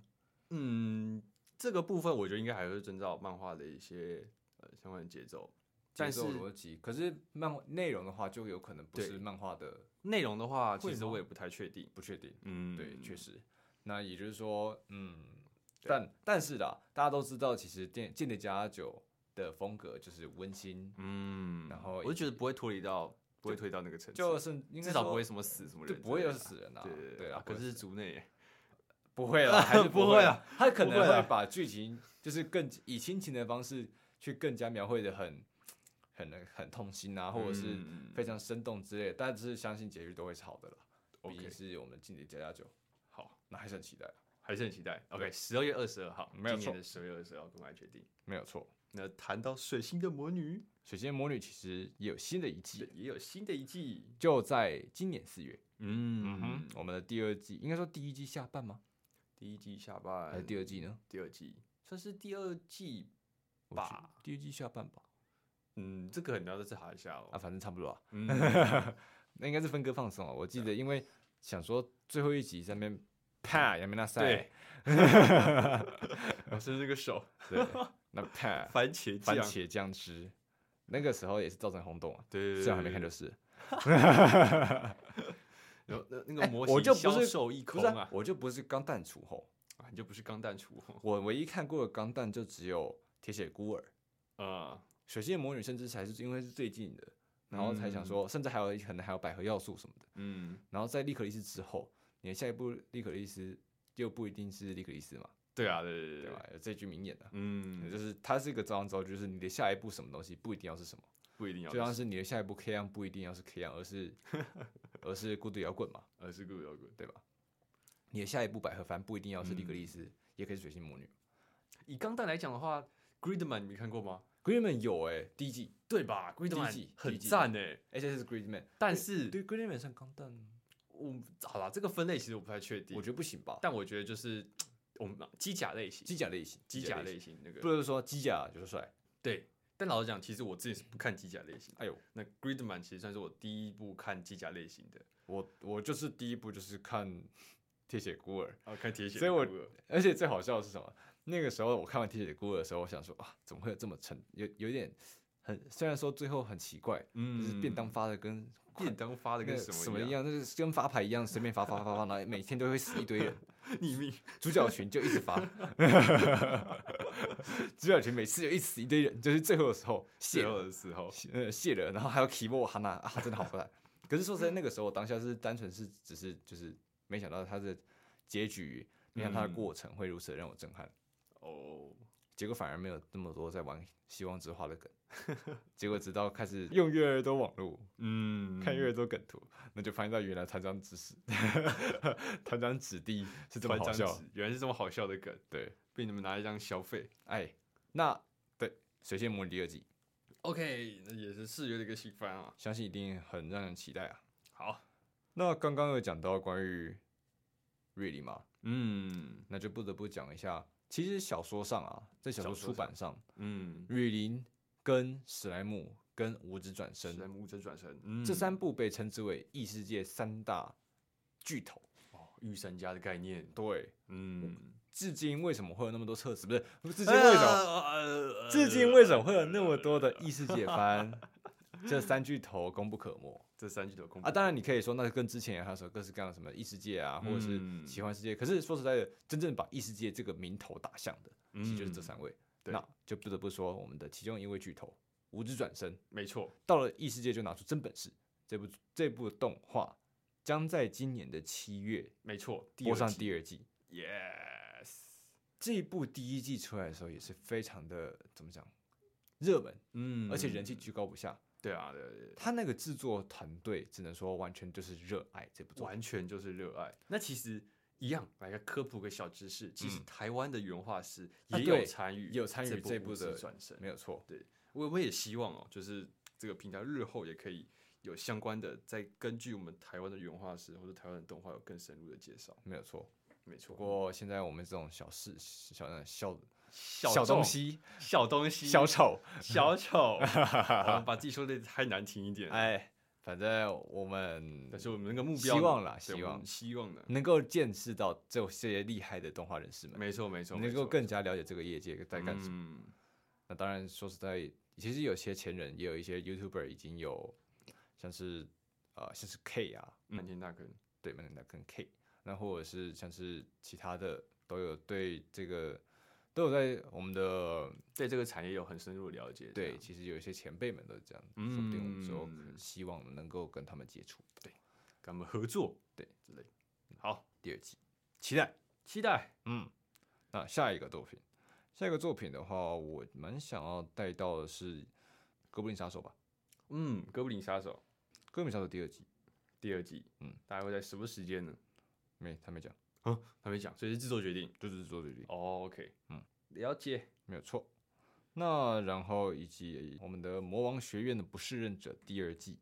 Speaker 1: 嗯，这个部分我觉得应该还会遵照漫画的一些呃相关的节奏，但是
Speaker 2: 节奏逻辑，可是漫画内容的话，就有可能不
Speaker 1: 对
Speaker 2: 是漫画的
Speaker 1: 内容的话，
Speaker 2: 会
Speaker 1: 其实
Speaker 2: 吗
Speaker 1: 我也不太确定。
Speaker 2: 不确定。
Speaker 1: 嗯
Speaker 2: 对，确。实。那也就是说，嗯，但但是啦，大家都知道，其实间间谍加酒的风格就是温馨，
Speaker 1: 嗯，
Speaker 2: 然后
Speaker 1: 我就觉得不会脱离到，不会推到那个层次，
Speaker 2: 就是应该
Speaker 1: 至少
Speaker 2: 说
Speaker 1: 不会什么死什么
Speaker 2: 就
Speaker 1: 人之类的啊，
Speaker 2: 不会有死人啊，
Speaker 1: 对对
Speaker 2: 对
Speaker 1: 啊
Speaker 2: 啊，，
Speaker 1: 可
Speaker 2: 不会
Speaker 1: 是
Speaker 2: 死
Speaker 1: 族内耶
Speaker 2: 不会了，
Speaker 1: [laughs]
Speaker 2: 还是
Speaker 1: 不会
Speaker 2: 会
Speaker 1: 啊，
Speaker 2: 他可
Speaker 1: 不
Speaker 2: 能
Speaker 1: 会
Speaker 2: 会
Speaker 1: 啊
Speaker 2: 把剧情就是更以亲情的方式去更加描绘的很很很痛心啊，或者是
Speaker 1: 嗯
Speaker 2: 非常生动之类的，但是相信结局都会是好的啦，毕
Speaker 1: OK
Speaker 2: 竟是我们间谍加加酒，
Speaker 1: 好，
Speaker 2: 那还是很期待，
Speaker 1: 还是很期待。OK，十二月二十二号，
Speaker 2: 没有
Speaker 1: 今年
Speaker 2: 错
Speaker 1: 的十二月二十二号，赶快决定。
Speaker 2: 没有错。
Speaker 1: 那谈到水星的魔女，
Speaker 2: 水仙魔女其实也有新的一季
Speaker 1: 对，也有新的一季，
Speaker 2: 就在今年四月，
Speaker 1: 嗯
Speaker 2: 嗯哼，我们的第二季应该说第一季下半吗？
Speaker 1: 第一季下
Speaker 2: 还是
Speaker 1: 半，
Speaker 2: 第二季呢？
Speaker 1: 第二季算是第二季
Speaker 2: 我
Speaker 1: 吧
Speaker 2: 觉得第一季下半吧，
Speaker 1: 嗯，这个很要再查一下哦。
Speaker 2: 啊，反正差不多啊。
Speaker 1: [laughs] 嗯，
Speaker 2: 那应该是分割放送啊，我记得，因为想说最后一集上面啪亚美那塞
Speaker 1: 对，， [laughs] 我是那个手
Speaker 2: 对，那啪
Speaker 1: [laughs] 番茄
Speaker 2: 番
Speaker 1: 酱，
Speaker 2: 茄酱汁，那个时候也是造成轰动啊，
Speaker 1: 对对对，
Speaker 2: 虽然还没看
Speaker 1: 到。
Speaker 2: 就是，
Speaker 1: 然后那那个模
Speaker 2: 我就
Speaker 1: 型
Speaker 2: 不是
Speaker 1: 销售一
Speaker 2: 不
Speaker 1: 空
Speaker 2: 是啊
Speaker 1: 啊，
Speaker 2: 我就不是钢弹厨后，
Speaker 1: 啊你就不是钢弹厨 [laughs] 哦
Speaker 2: 我唯一看过的钢弹就只有铁血孤儿，
Speaker 1: 啊，
Speaker 2: 水星的魔女甚至还是因为是最近的，然后才想
Speaker 1: 嗯
Speaker 2: 说，甚至还有可能还有百合要素什么的。
Speaker 1: 嗯，
Speaker 2: 然后在利可利斯之后，你的下一步利可利斯又不一定是利可利斯嘛，
Speaker 1: 对啊，对对对
Speaker 2: 对吧？有这句名言的、
Speaker 1: 嗯，
Speaker 2: 就是它是一个招招，就是你的下一步什么东西不一定要是什么，
Speaker 1: 不一定要
Speaker 2: 就像是你的下一步 K 样不一定要是 K 样，
Speaker 1: [laughs]
Speaker 2: 而是而呃是孤独摇滚嘛，
Speaker 1: 而是故摇滚，
Speaker 2: 对吧？你的下一步百合番不一定要是利可利斯，
Speaker 1: 嗯
Speaker 2: 也可以是水星魔女。
Speaker 1: 以钢弹来讲的话，Gridman 你没看过吗？
Speaker 2: Greenman 有哎、第一季，
Speaker 1: 对
Speaker 2: 啊
Speaker 1: 吧
Speaker 2: 第一季
Speaker 1: ？Gridman
Speaker 2: 第
Speaker 1: 很
Speaker 2: 一季
Speaker 1: 赞诶，
Speaker 2: 而且是 Greenman，
Speaker 1: 但是
Speaker 2: 对 Greenman 算钢弹，
Speaker 1: 我好啦，这个分类其实我不太确定
Speaker 2: 我，觉得不行吧？
Speaker 1: 但我觉得就是我们机甲类型，
Speaker 2: 机甲类型，
Speaker 1: 机甲类型那
Speaker 2: 不
Speaker 1: 个
Speaker 2: 是说机甲就是帅，
Speaker 1: 对。但老实讲，其实我自己是不看机甲类型的。
Speaker 2: 哎呦，
Speaker 1: 那 Gridman 其实算是我第一部看机甲类型的，
Speaker 2: 我我就是第一部就是看《铁血孤儿
Speaker 1: 啊，看铁血
Speaker 2: 所以
Speaker 1: 的
Speaker 2: 我
Speaker 1: 部分，》，
Speaker 2: 而且最好笑的是什么？那个时候我看完《铁血孤儿》的时候，我想说啊，怎么会有这么沉？有有点很，虽然说最后很奇怪，
Speaker 1: 嗯
Speaker 2: 就是便当发的跟
Speaker 1: 便当发的
Speaker 2: 那
Speaker 1: 跟
Speaker 2: 个
Speaker 1: 什
Speaker 2: 什么
Speaker 1: 一
Speaker 2: 一，样，就是跟发牌一样，随便发发发发，然后每天都会死一堆
Speaker 1: [laughs]
Speaker 2: 人，
Speaker 1: 逆命。
Speaker 2: 主角群就一
Speaker 1: [laughs]
Speaker 2: 直发， [laughs] 主角群每次就一死一堆人，就是 [laughs] 最后的时候
Speaker 1: 最
Speaker 2: 谢
Speaker 1: 后的时候，
Speaker 2: 谢呃谢了，然后还有 k e y b o a 哈娜啊，真的好帅。可是说实在，那个时候我当下是单纯是只是就是没想到他的结局，没想到他
Speaker 1: 嗯
Speaker 2: 的过程会如此地让我震撼，
Speaker 1: 哦，
Speaker 2: 结果反而没有那么多在玩希望之花的梗， [laughs] 结果直到开始 [laughs] 用越来越多网络，
Speaker 1: 嗯
Speaker 2: 看越来越多梗图，那就发现到原来团长指 [laughs] 使团长指地是这么
Speaker 1: 团
Speaker 2: 好
Speaker 1: 长
Speaker 2: 笑，
Speaker 1: 纸原来是这么好笑的梗，
Speaker 2: 对，
Speaker 1: 被你们拿一张消费。
Speaker 2: 哎，那对《水仙魔女》第二季，
Speaker 1: OK，那也是四月的一个新番啊。
Speaker 2: 相信一定很让人期待啊。
Speaker 1: 好，
Speaker 2: 那刚刚有讲到关于瑞丽嘛，
Speaker 1: 嗯
Speaker 2: 那就不得不讲一下，其实小说上啊，在小
Speaker 1: 小
Speaker 2: 说
Speaker 1: 说
Speaker 2: 出版上，
Speaker 1: 嗯，
Speaker 2: 瑞林跟史莱姆跟五指转
Speaker 1: 史莱
Speaker 2: 身
Speaker 1: 姆无真转身，嗯
Speaker 2: 这三部被称之为异世界三大巨头。
Speaker 1: 哦，御三家的概念，
Speaker 2: 对，
Speaker 1: 嗯，
Speaker 2: 至今为什么会有那么多册子？不是，至今为什么？
Speaker 1: 么
Speaker 2: 至今为什么会有那么多的异世界
Speaker 1: [laughs]
Speaker 2: 番？这三巨头功不可没。
Speaker 1: 这三句都公
Speaker 2: 啊，当然你可以说，那跟之前还有什么各式各样的什么异世界啊，或者是
Speaker 1: 嗯
Speaker 2: 奇幻世界。可是说实在的，真正把异世界这个名头打响的，其实就是这
Speaker 1: 嗯
Speaker 2: 三位。
Speaker 1: 对
Speaker 2: 那就不得不说，我们的其中一位巨头无知转身
Speaker 1: 没错，
Speaker 2: 到了异世界就拿出真本事。这部这部动画将在今年的七月
Speaker 1: 没错，第
Speaker 2: 播
Speaker 1: 二
Speaker 2: 上
Speaker 1: 季
Speaker 2: 第二季。
Speaker 1: ，yes，
Speaker 2: 这一部第一季出来的时候也是非常的怎么讲热门，
Speaker 1: 嗯
Speaker 2: 而且人气居高不下。
Speaker 1: 对啊，对对对，
Speaker 2: 他那个制作团队只能说完全就是热爱这部作品。
Speaker 1: 啊完全就是热爱。那其实一样，来个科普个小知识，其实台湾的原画师
Speaker 2: 嗯啊
Speaker 1: 也有
Speaker 2: 对
Speaker 1: 参与，
Speaker 2: 也有参与这
Speaker 1: 这
Speaker 2: 部
Speaker 1: 部
Speaker 2: 的
Speaker 1: 转身。
Speaker 2: 没有错，
Speaker 1: 我我也希望哦，就是这个平台日后也可以有相关的，再根据我们台湾的原画师或者台湾的动画有更深入的介绍。
Speaker 2: 没有错。
Speaker 1: 没错，
Speaker 2: 不过现在我们这种小事、小小
Speaker 1: 小
Speaker 2: 小东
Speaker 1: 众、
Speaker 2: 西、
Speaker 1: 小东西、
Speaker 2: 小丑，
Speaker 1: 小
Speaker 2: [laughs]
Speaker 1: 丑，我们把自己说的太难听一点。
Speaker 2: 哎，反正我们
Speaker 1: 但是我们那个目
Speaker 2: 希
Speaker 1: 标呢，
Speaker 2: 望啦
Speaker 1: 对
Speaker 2: 希
Speaker 1: 我们
Speaker 2: 望嗯
Speaker 1: 希望呢，
Speaker 2: 能够见识到这些厉害的动画人士们，
Speaker 1: 没错没错，没
Speaker 2: 能够
Speaker 1: 错
Speaker 2: 更加了解这个业界在干什么。
Speaker 1: 嗯
Speaker 2: 那当然，说实在，其实有些前人，也有一些 YouTuber 已经有，像是呃，像是 K 啊，
Speaker 1: 漫天大坑，
Speaker 2: 对，曼达跟 K，那或者是像是其他的都有对这个都有在我们的
Speaker 1: 对这个产业有很深入的了解。这
Speaker 2: 对，
Speaker 1: 样，
Speaker 2: 其实有一些前辈们都是这样，说不定我们之后可
Speaker 1: 嗯
Speaker 2: 希望能够跟他们接触。对，
Speaker 1: 跟我们合作，
Speaker 2: 对
Speaker 1: 之类。好，
Speaker 2: 第二季期待。
Speaker 1: 期待。
Speaker 2: 嗯，那下一个作品，下一个作品的话，我蛮想要带到的是《哥布林杀手》吧，
Speaker 1: 嗯，《哥布林杀手
Speaker 2: 《哥布林杀手》第二季，》
Speaker 1: 第二季，
Speaker 2: 嗯，
Speaker 1: 大概会在什么时间呢？
Speaker 2: 没他没讲，
Speaker 1: 啊，还没讲，所以是制作决定。
Speaker 2: 就是做对立，
Speaker 1: 哦，OK，
Speaker 2: 嗯，
Speaker 1: 了解。
Speaker 2: 没有错。那然后以及我们的《魔王学院的不适任者》第二季，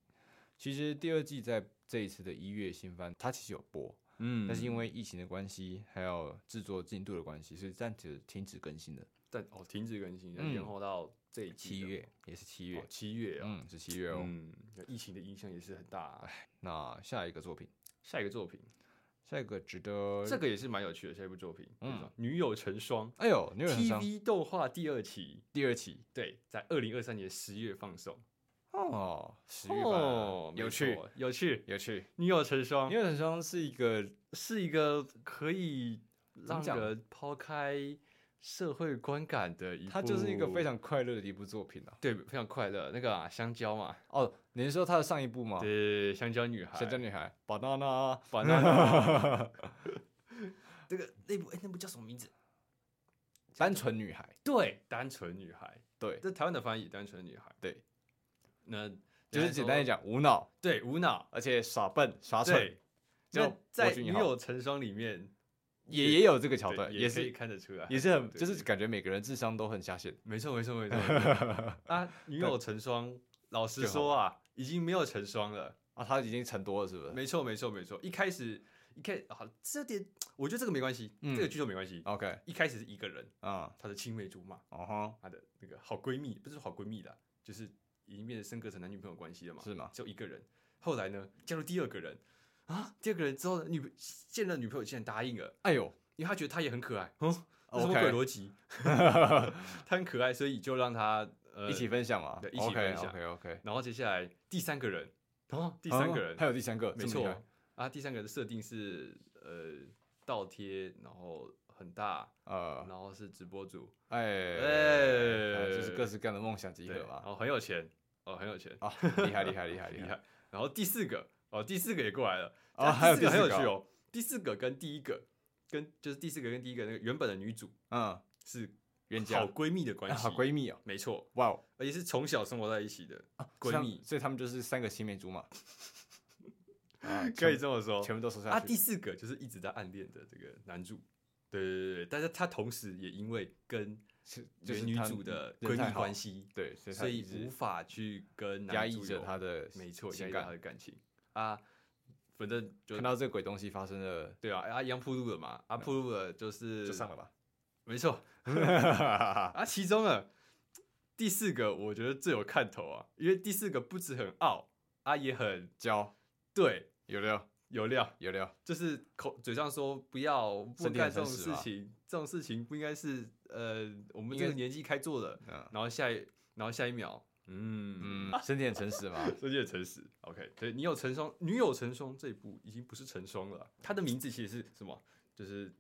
Speaker 2: 其实第二季在这一次的一月新番，它其实有播，
Speaker 1: 嗯
Speaker 2: 但是因为疫情的关系，还有制作进度的关系，所以暂时停止更新了。
Speaker 1: 但哦，停止更新，
Speaker 2: 嗯
Speaker 1: 延后到这一季
Speaker 2: 七
Speaker 1: 的
Speaker 2: 月也是七月，
Speaker 1: 哦七月啊，
Speaker 2: 嗯，是七月哦。
Speaker 1: 嗯，疫情的影响也是很大啊。
Speaker 2: 那下一个作品，
Speaker 1: 下一个作品，
Speaker 2: 下一个值得
Speaker 1: 这个也是蛮有趣的。下一部作品，
Speaker 2: 哎嗯
Speaker 1: 嗯，女友成双
Speaker 2: 哎呦，女友很伤。
Speaker 1: TV 动画第二期，
Speaker 2: 第二期
Speaker 1: 对，在二零二三年十月放送。
Speaker 2: 哦，十月版、
Speaker 1: 哦，没
Speaker 2: 有趣
Speaker 1: 错，有趣。
Speaker 2: 有趣。
Speaker 1: 女友成双
Speaker 2: 女友很伤是一个
Speaker 1: 是一个可以让
Speaker 2: 讲
Speaker 1: 人抛开社会观感的一部，
Speaker 2: 它就是一个非常快乐的一部作品啊。
Speaker 1: 对非常快乐那个、啊、香蕉嘛，
Speaker 2: 哦，你是说它的上一部吗？
Speaker 1: 对，香蕉女孩，
Speaker 2: 香蕉女孩，banana，
Speaker 1: 完了， [laughs] 这个那部哎、那部叫什么名字？
Speaker 2: 单纯女孩。
Speaker 1: 对，单纯女孩，
Speaker 2: 对
Speaker 1: 这台湾的翻译，单纯女孩。
Speaker 2: 对，
Speaker 1: 那
Speaker 2: 就是简单一
Speaker 1: 讲，
Speaker 2: 讲，无脑，
Speaker 1: 对，无脑，
Speaker 2: 而且傻笨傻蠢
Speaker 1: 对，。
Speaker 2: 叫
Speaker 1: 那
Speaker 2: 伯
Speaker 1: 在《
Speaker 2: 君
Speaker 1: 女
Speaker 2: 一号
Speaker 1: 友成双》里面
Speaker 2: 也也有这个桥
Speaker 1: 对
Speaker 2: 段，
Speaker 1: 也
Speaker 2: 也
Speaker 1: 可以
Speaker 2: 是
Speaker 1: 看得出来，
Speaker 2: 也是很，
Speaker 1: 对
Speaker 2: 就是
Speaker 1: 对
Speaker 2: 感觉每个人智商都很下限。
Speaker 1: 没错，没错，没
Speaker 2: [laughs]
Speaker 1: 错。没错啊，女友成双，老实
Speaker 2: 就好
Speaker 1: 说啊，已经没有成双了。
Speaker 2: 啊，他已经成多了，是不是
Speaker 1: 没错，没错，没错。一开始，一开啊，这点我觉得这个没关系，
Speaker 2: 嗯
Speaker 1: 这个剧透没关系。
Speaker 2: ？OK，
Speaker 1: 一开始是一个人，
Speaker 2: 啊、
Speaker 1: 她的青梅竹马，
Speaker 2: 嗯，哦吼，
Speaker 1: 她的那个好闺蜜，不是好闺蜜啦，就是已经变成深刻成男女朋友关系了嘛，
Speaker 2: 是吗？
Speaker 1: 只有一个人。后来呢，加入第二个人啊，第二个人之后呢，女现任女朋友竟然答应了，
Speaker 2: 哎呦
Speaker 1: 因为她觉得他也很可爱，嗯，这什么
Speaker 2: 哦 OK
Speaker 1: 鬼逻辑？ [laughs] 他很可爱，所以就让他呃
Speaker 2: 一起分享嘛，
Speaker 1: 对一起分享
Speaker 2: OK OK，
Speaker 1: 然后接下来第三个人，哦，第三个人，
Speaker 2: 嗯还有第三个，
Speaker 1: 没
Speaker 2: 这么厉害
Speaker 1: 错啊，第三个人的设定是呃倒贴，然后很大，
Speaker 2: 呃，
Speaker 1: 然后是直播主，
Speaker 2: 哎
Speaker 1: 哎
Speaker 2: 啊就是各式各样的梦想集
Speaker 1: 对，
Speaker 2: 合
Speaker 1: 然
Speaker 2: 吧。
Speaker 1: 后很有钱，哦，很有钱，
Speaker 2: 啊，厉害厉害厉害
Speaker 1: 厉
Speaker 2: 厉害！
Speaker 1: 害。然后第四个，哦，第四个也过来了，
Speaker 2: 啊
Speaker 1: 但
Speaker 2: 还有
Speaker 1: 第四个
Speaker 2: 第
Speaker 1: 很
Speaker 2: 四
Speaker 1: 有
Speaker 2: 个
Speaker 1: 趣
Speaker 2: 啊
Speaker 1: 哦，第四个跟第一个跟就是第四个跟第一个那个原本的女主
Speaker 2: 嗯，
Speaker 1: 是啊
Speaker 2: 冤
Speaker 1: 好
Speaker 2: 家
Speaker 1: 闺蜜的
Speaker 2: 哎
Speaker 1: 关系，
Speaker 2: 好闺蜜哦，
Speaker 1: 没错，
Speaker 2: 哇哦，啊
Speaker 1: 而且是从小生活在一起的闺
Speaker 2: 所以他
Speaker 1: 蜜
Speaker 2: 们，所以他们就是三个青
Speaker 1: [laughs]
Speaker 2: 梅竹马，啊，
Speaker 1: 可以
Speaker 2: 全
Speaker 1: 这么说，
Speaker 2: 全部都说
Speaker 1: 啊，
Speaker 2: 下
Speaker 1: 第
Speaker 2: 去。
Speaker 1: 四个就是一直在暗恋的这个男主，对对对对，但是他同时也因为跟
Speaker 2: 是就是
Speaker 1: 原女
Speaker 2: 他
Speaker 1: 主的
Speaker 2: 人
Speaker 1: 闺
Speaker 2: 太
Speaker 1: 蜜
Speaker 2: 好
Speaker 1: 关系，
Speaker 2: 对，所以他
Speaker 1: 所
Speaker 2: 一
Speaker 1: 以无
Speaker 2: 直
Speaker 1: 法去跟男
Speaker 2: 压抑
Speaker 1: 主
Speaker 2: 着
Speaker 1: 有
Speaker 2: 他，的
Speaker 1: 没错，压
Speaker 2: 情
Speaker 1: 抑着他
Speaker 2: 感。
Speaker 1: 的感情啊，反正就
Speaker 2: 看到这个鬼东西发生了，
Speaker 1: 对啊，啊一样铺路了嘛，啊铺路了就是
Speaker 2: 嗯就上了吧。
Speaker 1: 没错
Speaker 2: [laughs]
Speaker 1: 啊，其中呢第四个我觉得最有看头啊，因为第四个不止很傲啊，也很
Speaker 2: 教
Speaker 1: 对
Speaker 2: 有料
Speaker 1: 有料。
Speaker 2: 有料，
Speaker 1: 就是口嘴上说不要不
Speaker 2: 身体
Speaker 1: 干
Speaker 2: 很
Speaker 1: 这种
Speaker 2: 诚
Speaker 1: 事
Speaker 2: 实啊吧
Speaker 1: 情，这种事情不应该是呃我们
Speaker 2: 应
Speaker 1: 这个
Speaker 2: 该
Speaker 1: 年纪该做的。
Speaker 2: 嗯
Speaker 1: 然后下一然后下一秒，嗯
Speaker 2: 嗯，身体很诚实
Speaker 1: [laughs]
Speaker 2: 嘛，
Speaker 1: 这就是诚实。OK，对，你有成双，女友成双这一步已经不是成双了啊，它的名字其实是什么？就是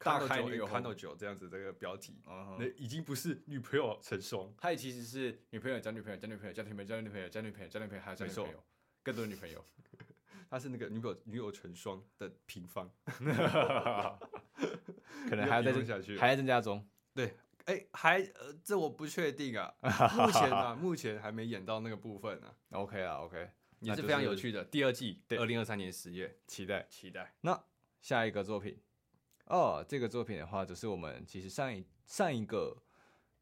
Speaker 2: 大
Speaker 1: 看到
Speaker 2: 开
Speaker 1: 酒
Speaker 2: 女友
Speaker 1: 看
Speaker 2: 红
Speaker 1: 到酒这样子这个标题，
Speaker 2: 嗯
Speaker 1: 那
Speaker 2: 哼，
Speaker 1: 已经不是女朋友成双，
Speaker 2: 他也其实是女朋友加女朋友加女朋友加女朋友加女朋友加女朋友加女朋友还有加
Speaker 1: 没
Speaker 2: 女朋
Speaker 1: 错
Speaker 2: 友，更多的女朋友。
Speaker 1: 它是那个女友女友成双的平方。
Speaker 2: 可能
Speaker 1: 没有
Speaker 2: 还要再
Speaker 1: 评论下
Speaker 2: 增
Speaker 1: 去了
Speaker 2: 还要增加中。
Speaker 1: 对，哎，还呃，这我不确定 [laughs] 啊，目前啊，目前还没演到那个部分 [laughs] 啊。
Speaker 2: OK 啊，OK，
Speaker 1: 也
Speaker 2: 那
Speaker 1: 是
Speaker 2: 就
Speaker 1: 非常有
Speaker 2: 是
Speaker 1: 趣的。第二季，
Speaker 2: 对
Speaker 1: 二零二三年十月，
Speaker 2: 期待
Speaker 1: 期待。
Speaker 2: 下一个作品。哦，这个作品的话，就是我们其实上一上一个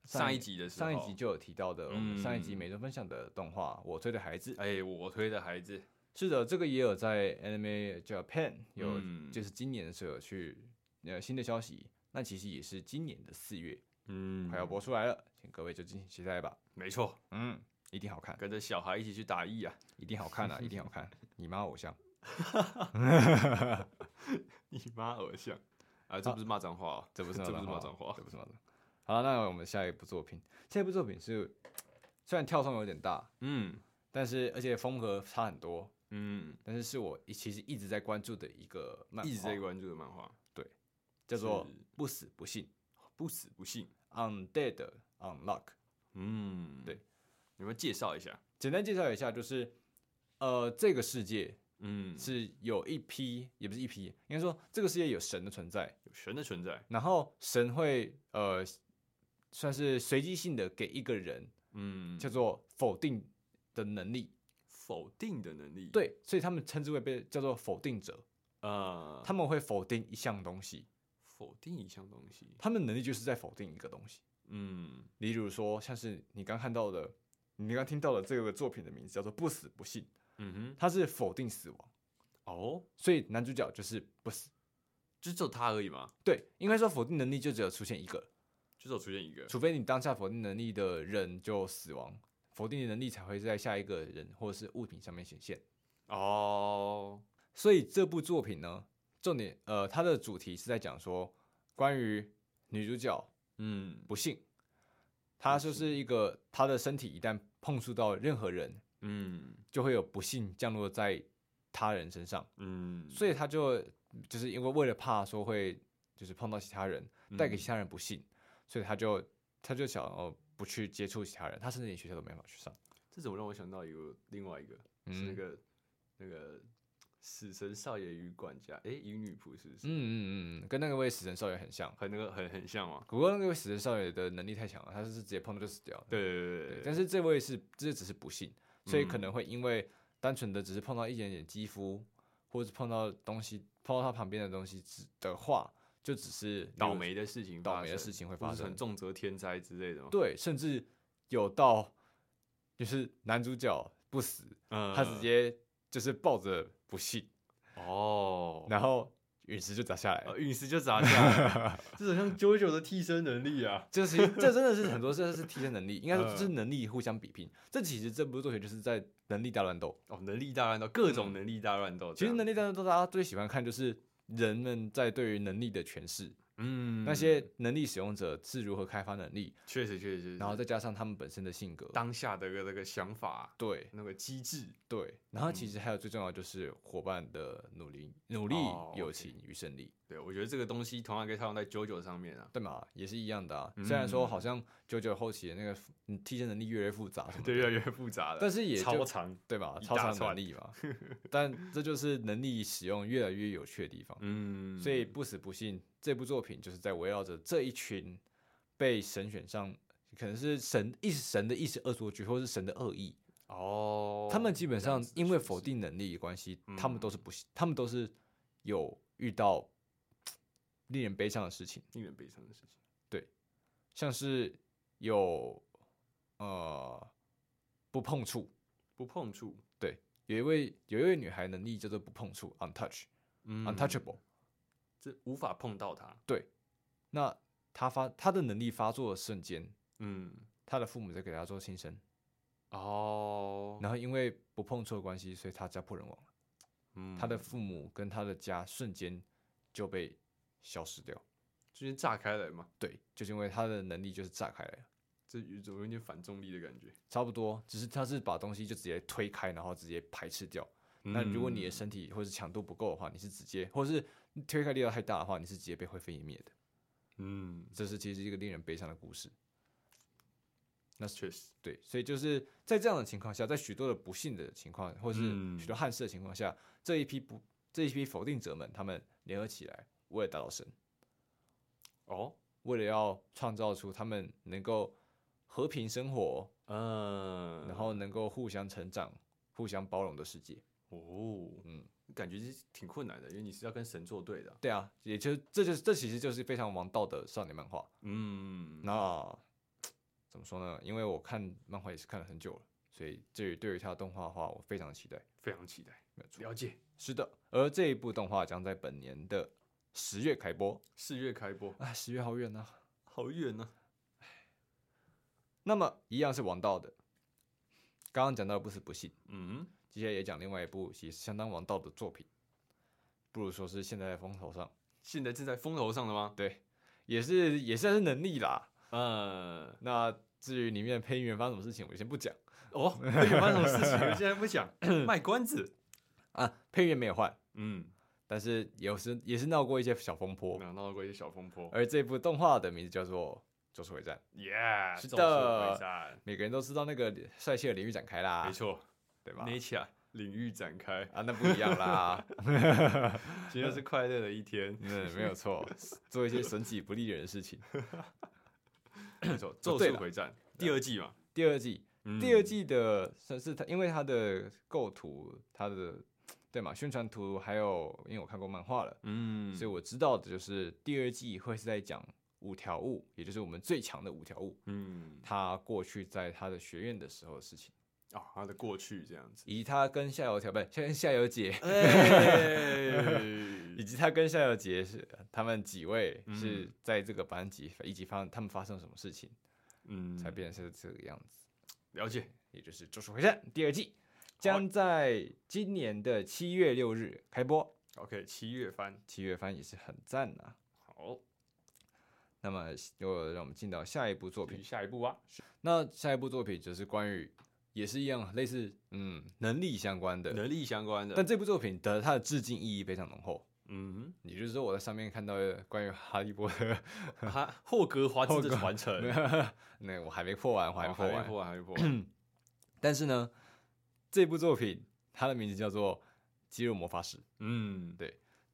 Speaker 1: 上一集的时候，
Speaker 2: 上一集，就有提到的，我们上一集
Speaker 1: 嗯
Speaker 2: 每周分享的动画《我推的孩子》。
Speaker 1: 哎，我推的孩子，
Speaker 2: 是的，这个也有在 Anime Japan 有，
Speaker 1: 嗯
Speaker 2: 就是今年的时候有去呃新的消息。那其实也是今年的四月
Speaker 1: 嗯
Speaker 2: 快要播出来了，请各位就敬请期待吧。
Speaker 1: 没错，
Speaker 2: 嗯，一定好看，
Speaker 1: 跟着小孩一起去打役啊！
Speaker 2: 一定好看啊，一定好看！你妈偶像。
Speaker 1: [laughs] 你妈偶像啊！这不是骂脏话哦，[laughs]
Speaker 2: 这不是
Speaker 1: 这不是
Speaker 2: 骂
Speaker 1: 骂脏话
Speaker 2: 这，不是骂脏话。好了，那我们下一部作品，下一部作品是虽然跳动有点大，
Speaker 1: 嗯，
Speaker 2: 但是而且风格差很多，
Speaker 1: 嗯，
Speaker 2: 但是是我一其实一直在关注的一个漫画，
Speaker 1: 一直在关注的漫画，
Speaker 2: 叫做
Speaker 1: 是
Speaker 2: 不死不信
Speaker 1: 不死不信。
Speaker 2: （Undead Unlock）。
Speaker 1: 嗯，
Speaker 2: 对，
Speaker 1: 你们介绍一下。
Speaker 2: 简单介绍一下，就是呃，这个世界
Speaker 1: 嗯，
Speaker 2: 是有一批，也不是一批，应该说这个世界有神的存在，
Speaker 1: 有神的存在。
Speaker 2: 然后神会呃，算是随机性的给一个人
Speaker 1: 嗯，
Speaker 2: 叫做否定的能力，
Speaker 1: 否定的能力。，
Speaker 2: 对，所以他们称之为被叫做否定者，
Speaker 1: 呃，
Speaker 2: 他们会否定一项东西，
Speaker 1: 否定一项东西。
Speaker 2: 他们能力就是在否定一个东西，
Speaker 1: 嗯，
Speaker 2: 例如说像是你刚看到的，你刚听到的这个作品的名字叫做不死不信，
Speaker 1: 嗯
Speaker 2: 它是否定死亡，
Speaker 1: 哼，哦，
Speaker 2: 所以男主角就是不死。
Speaker 1: 就只有他而已嘛，
Speaker 2: 对，应该说否定能力就只有出现一个，
Speaker 1: 就只有出现一个。
Speaker 2: 除非你当下否定能力的人就死亡，否定能力才会在下一个人或者是物品上面显现。
Speaker 1: 哦，
Speaker 2: 所以这部作品呢，重点呃，它的主题是在讲说关于女主角
Speaker 1: 嗯
Speaker 2: 不幸，她就是一个她的身体一旦碰触到任何人，
Speaker 1: 嗯
Speaker 2: 就会有不幸降落在他人身上，
Speaker 1: 嗯，
Speaker 2: 所以她就就是因为为了怕说会就是碰到其他人，带给
Speaker 1: 嗯
Speaker 2: 其他人不幸，所以她就她就想哦不去接触其他人，她甚至连学校都没办法去上。
Speaker 1: 这怎么让我想到一个另外一个，是那
Speaker 2: 嗯
Speaker 1: 个那个死神少爷与管家，诶，与女仆是不是？
Speaker 2: 嗯嗯嗯，跟那个位死神少爷很像。
Speaker 1: 和那个很很像嘛。
Speaker 2: 不过那个位死神少爷的能力太强了，他是直接碰到就死掉了。
Speaker 1: 对对对
Speaker 2: 对
Speaker 1: 对，
Speaker 2: 但
Speaker 1: 是
Speaker 2: 是这位是这只是不幸，所以可
Speaker 1: 嗯
Speaker 2: 能会因为单纯的只是碰到一点点肌肤，或者是碰到东西碰到他旁边的东西之的话，就只是
Speaker 1: 倒
Speaker 2: 例
Speaker 1: 霉的事情
Speaker 2: 如
Speaker 1: 发生，
Speaker 2: 倒霉的事情会
Speaker 1: 或
Speaker 2: 发
Speaker 1: 是
Speaker 2: 生
Speaker 1: 很。重则天灾之类的嘛。
Speaker 2: 对，甚至有到就是男主角不死，
Speaker 1: 嗯
Speaker 2: 他直接就是抱着不幸，
Speaker 1: 哦，
Speaker 2: 然后陨石就砸下来了
Speaker 1: 呃，。陨石就砸下来
Speaker 2: [laughs]
Speaker 1: 了，这很像 JoJo 的替身能力啊。
Speaker 2: 这是这真的是很多，这是提升能力，应该说
Speaker 1: 嗯
Speaker 2: 这是能力互相比拼。这其实这部作品就是在能力大乱斗。
Speaker 1: 哦，能力大乱斗，各种能力大乱斗这样。
Speaker 2: 嗯其实能
Speaker 1: 力，
Speaker 2: 力大乱斗大家最喜欢看就是人们在对于能力的诠释，
Speaker 1: 嗯，
Speaker 2: 那些能力使用者是如何开发能力，
Speaker 1: 确实确实确实，
Speaker 2: 然后再加上他们本身的性格。
Speaker 1: 当下的那个那个想法，
Speaker 2: 对
Speaker 1: 那个机制，
Speaker 2: 对，然后其实还有最重要就是伙伴的努力、努力
Speaker 1: 嗯哦、
Speaker 2: 友
Speaker 1: OK
Speaker 2: 情与胜利，
Speaker 1: 对我觉得这个东西同样可以套用在 JoJo 上面啊。
Speaker 2: 对嘛？也是一样的啊。虽然说
Speaker 1: 嗯
Speaker 2: 好像九九后期的那个嗯提升能力越来越复杂什么
Speaker 1: 对，
Speaker 2: 的
Speaker 1: 越来越复杂了，
Speaker 2: 但是也
Speaker 1: 超
Speaker 2: 就
Speaker 1: 长，
Speaker 2: 对吧？
Speaker 1: 一
Speaker 2: 超
Speaker 1: 大
Speaker 2: 常能
Speaker 1: 串 [laughs]
Speaker 2: 力嘛，但这就是能力使用越来越有趣的地方。
Speaker 1: 嗯，
Speaker 2: 所以不死不信这部作品就是在围绕着这一群被神选上，可能是神一时神的一时恶作剧，或是神的恶意。
Speaker 1: 哦，
Speaker 2: 他们基本
Speaker 1: 这样
Speaker 2: 上
Speaker 1: 子
Speaker 2: 因为
Speaker 1: 确
Speaker 2: 否
Speaker 1: 实
Speaker 2: 定能力的关系，
Speaker 1: 嗯
Speaker 2: 他们都是不信，他们都是有遇到令人悲伤的事情，
Speaker 1: 令人悲伤的事情，
Speaker 2: 像是有呃不碰触，
Speaker 1: 不碰触，
Speaker 2: 有一位有一位女孩能力叫做不碰触 （untouch）。
Speaker 1: 嗯
Speaker 2: untouchable。
Speaker 1: 这无法碰到它，
Speaker 2: 那他发他的能力发作的瞬间，
Speaker 1: 嗯，
Speaker 2: 他的父母在给他做新生，
Speaker 1: 哦，
Speaker 2: 然后因为不碰触的关系，所以他家破人亡了。
Speaker 1: 嗯
Speaker 2: 他的父母跟他的家瞬间就被消失掉。
Speaker 1: 就是炸开来嘛，
Speaker 2: 对，就是因为他的能力就是炸开来了，
Speaker 1: 这有种有点反重力的感觉。
Speaker 2: 差不多，只是他是把东西就直接推开，然后直接排斥掉。那如果你的
Speaker 1: 嗯
Speaker 2: 身体或是强度不够的话，你是直接，或是推开力道太大的话，你是直接被灰飞烟灭的。
Speaker 1: 嗯，
Speaker 2: 这是其实一个令人悲伤的故事。
Speaker 1: 那确实，
Speaker 2: 对，所以就是在这样的情况下，在许多的不幸的情况，或是
Speaker 1: 嗯
Speaker 2: 许多憾事的情况下，这一批不这一批否定者们，他们联合起来，为了打倒神，
Speaker 1: 哦，
Speaker 2: 为了要创造出他们能够和平生活，
Speaker 1: 嗯，
Speaker 2: 然后能够互相成长、互相包容的世界。
Speaker 1: 哦，
Speaker 2: 嗯
Speaker 1: 嗯，感觉是挺困难的，因为你是要跟神作对的啊，
Speaker 2: 对啊，也就这就是这其实就是非常王道的少年漫画。
Speaker 1: 嗯，
Speaker 2: 那怎么说呢？因为我看漫画也是看了很久了，所以对于对于它的动画化，我非常期待。
Speaker 1: 非常期待，
Speaker 2: 没有错。
Speaker 1: 了解，
Speaker 2: 是的，而这一部动画将在本年的十月开播。
Speaker 1: 四月开播，
Speaker 2: 啊，十月好远呐、啊
Speaker 1: 好远呢，
Speaker 2: 那么一样是王道的，刚刚讲到的不死不信，
Speaker 1: 嗯，
Speaker 2: 接下来也讲另外一部也是相当王道的作品，不如说是现在的风头上，
Speaker 1: 现在正在风头上了吗？
Speaker 2: 对，也是也算是能力啦。
Speaker 1: 呃，
Speaker 2: 那至于里面配音员发生什么事情，我就先不讲。
Speaker 1: [coughs] 哦，这个发生什么事情？现在不讲，卖关子，
Speaker 2: 啊，配乐没有换，
Speaker 1: 嗯，
Speaker 2: 但是有时也是闹过一些小风波。
Speaker 1: 然后闹过一些小风波。
Speaker 2: 而这部动画的名字叫做《咒术回战》，
Speaker 1: Yeah，
Speaker 2: 是
Speaker 1: 咒术
Speaker 2: 的
Speaker 1: 回战
Speaker 2: 每个人都知道那个帅气的领域展开啦，
Speaker 1: 没，错
Speaker 2: 对吧？
Speaker 1: ，Nature 领域展开，
Speaker 2: 啊，那不一样啦， [laughs]
Speaker 1: 今天是快乐的一天。
Speaker 2: 嗯，没有错，做一些损己不利人的事情。
Speaker 1: [coughs] 没错，《
Speaker 2: 哦
Speaker 1: 咒
Speaker 2: 对
Speaker 1: 术
Speaker 2: 了
Speaker 1: 回战》第二季嘛，
Speaker 2: 第二季，
Speaker 1: 嗯
Speaker 2: 第二季的算是它，因为它的构图，它的对嘛，宣传图，还有因为我看过漫画了，
Speaker 1: 嗯，
Speaker 2: 所以我知道的就是第二季会是在讲五条悟，也就是我们最强的五条悟，
Speaker 1: 嗯
Speaker 2: 他过去在他的学院的时候的事情，
Speaker 1: 啊，他的过去这样子。
Speaker 2: 以及他跟夏油条不是跟夏油姐， [laughs]
Speaker 1: [laughs]
Speaker 2: 以
Speaker 1: 哎，
Speaker 2: 及他跟夏油杰是他们几位
Speaker 1: 嗯
Speaker 2: 是在这个班级以及发他们发生了什么事情，
Speaker 1: 嗯，
Speaker 2: 才变成是这个样子。
Speaker 1: 了解。
Speaker 2: 也就是《咒术回战》第二季，将在今年的七月六日开播。
Speaker 1: OK，七月番，
Speaker 2: 七月番也是很赞呐、
Speaker 1: 好，
Speaker 2: 那么，又让我们进到下一部作
Speaker 1: 继续
Speaker 2: 品。
Speaker 1: 下一步啊吧。
Speaker 2: 那下一部作品就是关于，也是一样类似嗯能力相关的。
Speaker 1: 能力相关
Speaker 2: 但
Speaker 1: 的，
Speaker 2: 这部作品的它的致敬意义非常浓厚。
Speaker 1: 嗯，
Speaker 2: 也就是说，我在上面看到的关于哈利波特，
Speaker 1: [laughs] 哈，霍格华兹
Speaker 2: 霍
Speaker 1: 的
Speaker 2: 格
Speaker 1: 传承，
Speaker 2: [laughs] 那我还没破完，我还没
Speaker 1: 哦
Speaker 2: 破
Speaker 1: 还没
Speaker 2: 完
Speaker 1: 破。完，还没破 [clears throat] 完。
Speaker 2: 但是呢，这部作品它的名字叫做《肌肉魔法使》。
Speaker 1: 嗯，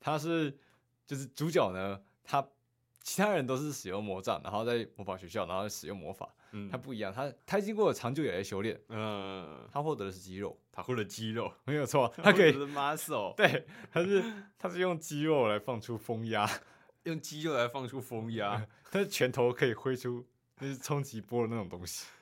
Speaker 2: 他是就是主角呢，他其他人都是使用魔杖，然后在魔法学校，然后使用魔法，
Speaker 1: 嗯，
Speaker 2: 他不一样，他他经过长久以来的修炼，
Speaker 1: 嗯，
Speaker 2: 他获得的是肌肉，
Speaker 1: 他会了肌 [laughs] 肉，
Speaker 2: [laughs] 没有 [laughs] 错，他可以
Speaker 1: 获得了 muscle，
Speaker 2: 对，他是他是用肌肉来放出风压， [laughs]
Speaker 1: 用肌肉来放出风压。
Speaker 2: 他的拳头可以挥出就是冲击波的那种东西，
Speaker 1: [laughs]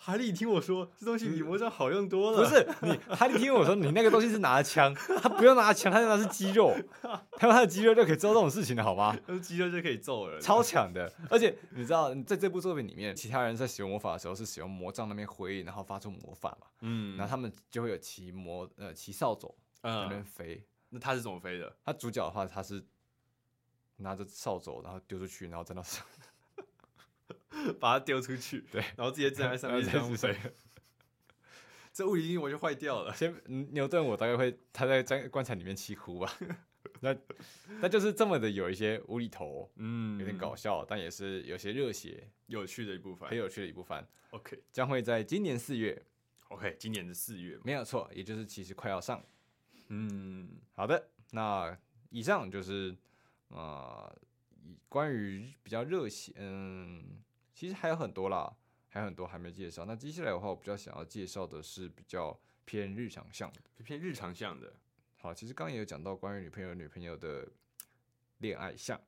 Speaker 1: 海里，你听我说，这东西比魔杖好用多了。
Speaker 2: [laughs] 不，是你，哈利听我说，你那个东西是拿枪， [laughs] 他不用拿枪，他用的是肌 [laughs] 肉，他用他的肌肉就可以做这种事情了，好 [laughs] 吗？
Speaker 1: 用肌肉就可以揍人。
Speaker 2: 超强的。而且你知道，在这部作品里面，其他人在使用魔法的时候是使用魔杖那边挥，然后发出魔法嘛，
Speaker 1: 嗯，
Speaker 2: 然后他们就会有骑魔呃骑扫帚在那边
Speaker 1: 嗯，
Speaker 2: 飞。
Speaker 1: 那他是怎么飞 [laughs] 的？
Speaker 2: 他主角的话，他是拿着扫帚，然后丢出去，然后站到上， [laughs]
Speaker 1: 把它丢出去，
Speaker 2: 对，
Speaker 1: [laughs] 然后直接站在上面这
Speaker 2: 然后
Speaker 1: 样
Speaker 2: 再
Speaker 1: 飞。这物理定律我就坏掉了。
Speaker 2: 先嗯牛顿我大概会他在在棺材里面气哭吧。 [laughs] 那那就是这么的有一些无厘头，
Speaker 1: 嗯
Speaker 2: 有点搞笑，但也是有些热血，
Speaker 1: 有趣的一部分
Speaker 2: 很。有趣的一部分。
Speaker 1: OK
Speaker 2: 将会在今年四月，
Speaker 1: OK，今年的四月嘛，
Speaker 2: 没有错，也就是其实快要上
Speaker 1: 嗯，
Speaker 2: 好的，那以上就是呃以关于比较热血，嗯，其实还有很多啦，还有很多还没介绍。那接下来的话，我比较想要介绍的是比较偏日常向的。
Speaker 1: 偏日常向的。
Speaker 2: 好，其实刚刚也有讲到关于女朋友女朋友的恋爱向，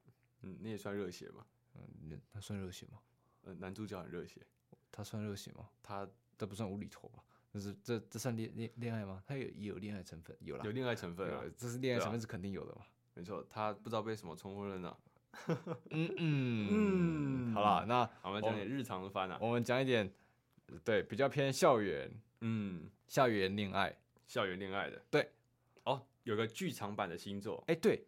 Speaker 1: 嗯，那也算热血嘛。
Speaker 2: 嗯，他算热血吗？
Speaker 1: 呃，男主角很热血，
Speaker 2: 他算热血吗？
Speaker 1: 他
Speaker 2: 这不算无厘头吧？这是这这算恋恋恋爱吗？他有也有恋爱成分，有啦，
Speaker 1: 有恋爱成分啊
Speaker 2: 有，这是恋爱
Speaker 1: 对啊
Speaker 2: 成分是肯定有的嘛？
Speaker 1: 没错，他不知道被什么冲昏了呢。
Speaker 2: 嗯嗯，好啦，那
Speaker 1: 好，我们讲点日常的番啊。
Speaker 2: 我们讲一点，呃对，比较偏校园
Speaker 1: 嗯，
Speaker 2: 校园恋爱。
Speaker 1: 校园恋爱的。
Speaker 2: 对，
Speaker 1: 哦，有个剧场版的星座，
Speaker 2: 哎，对，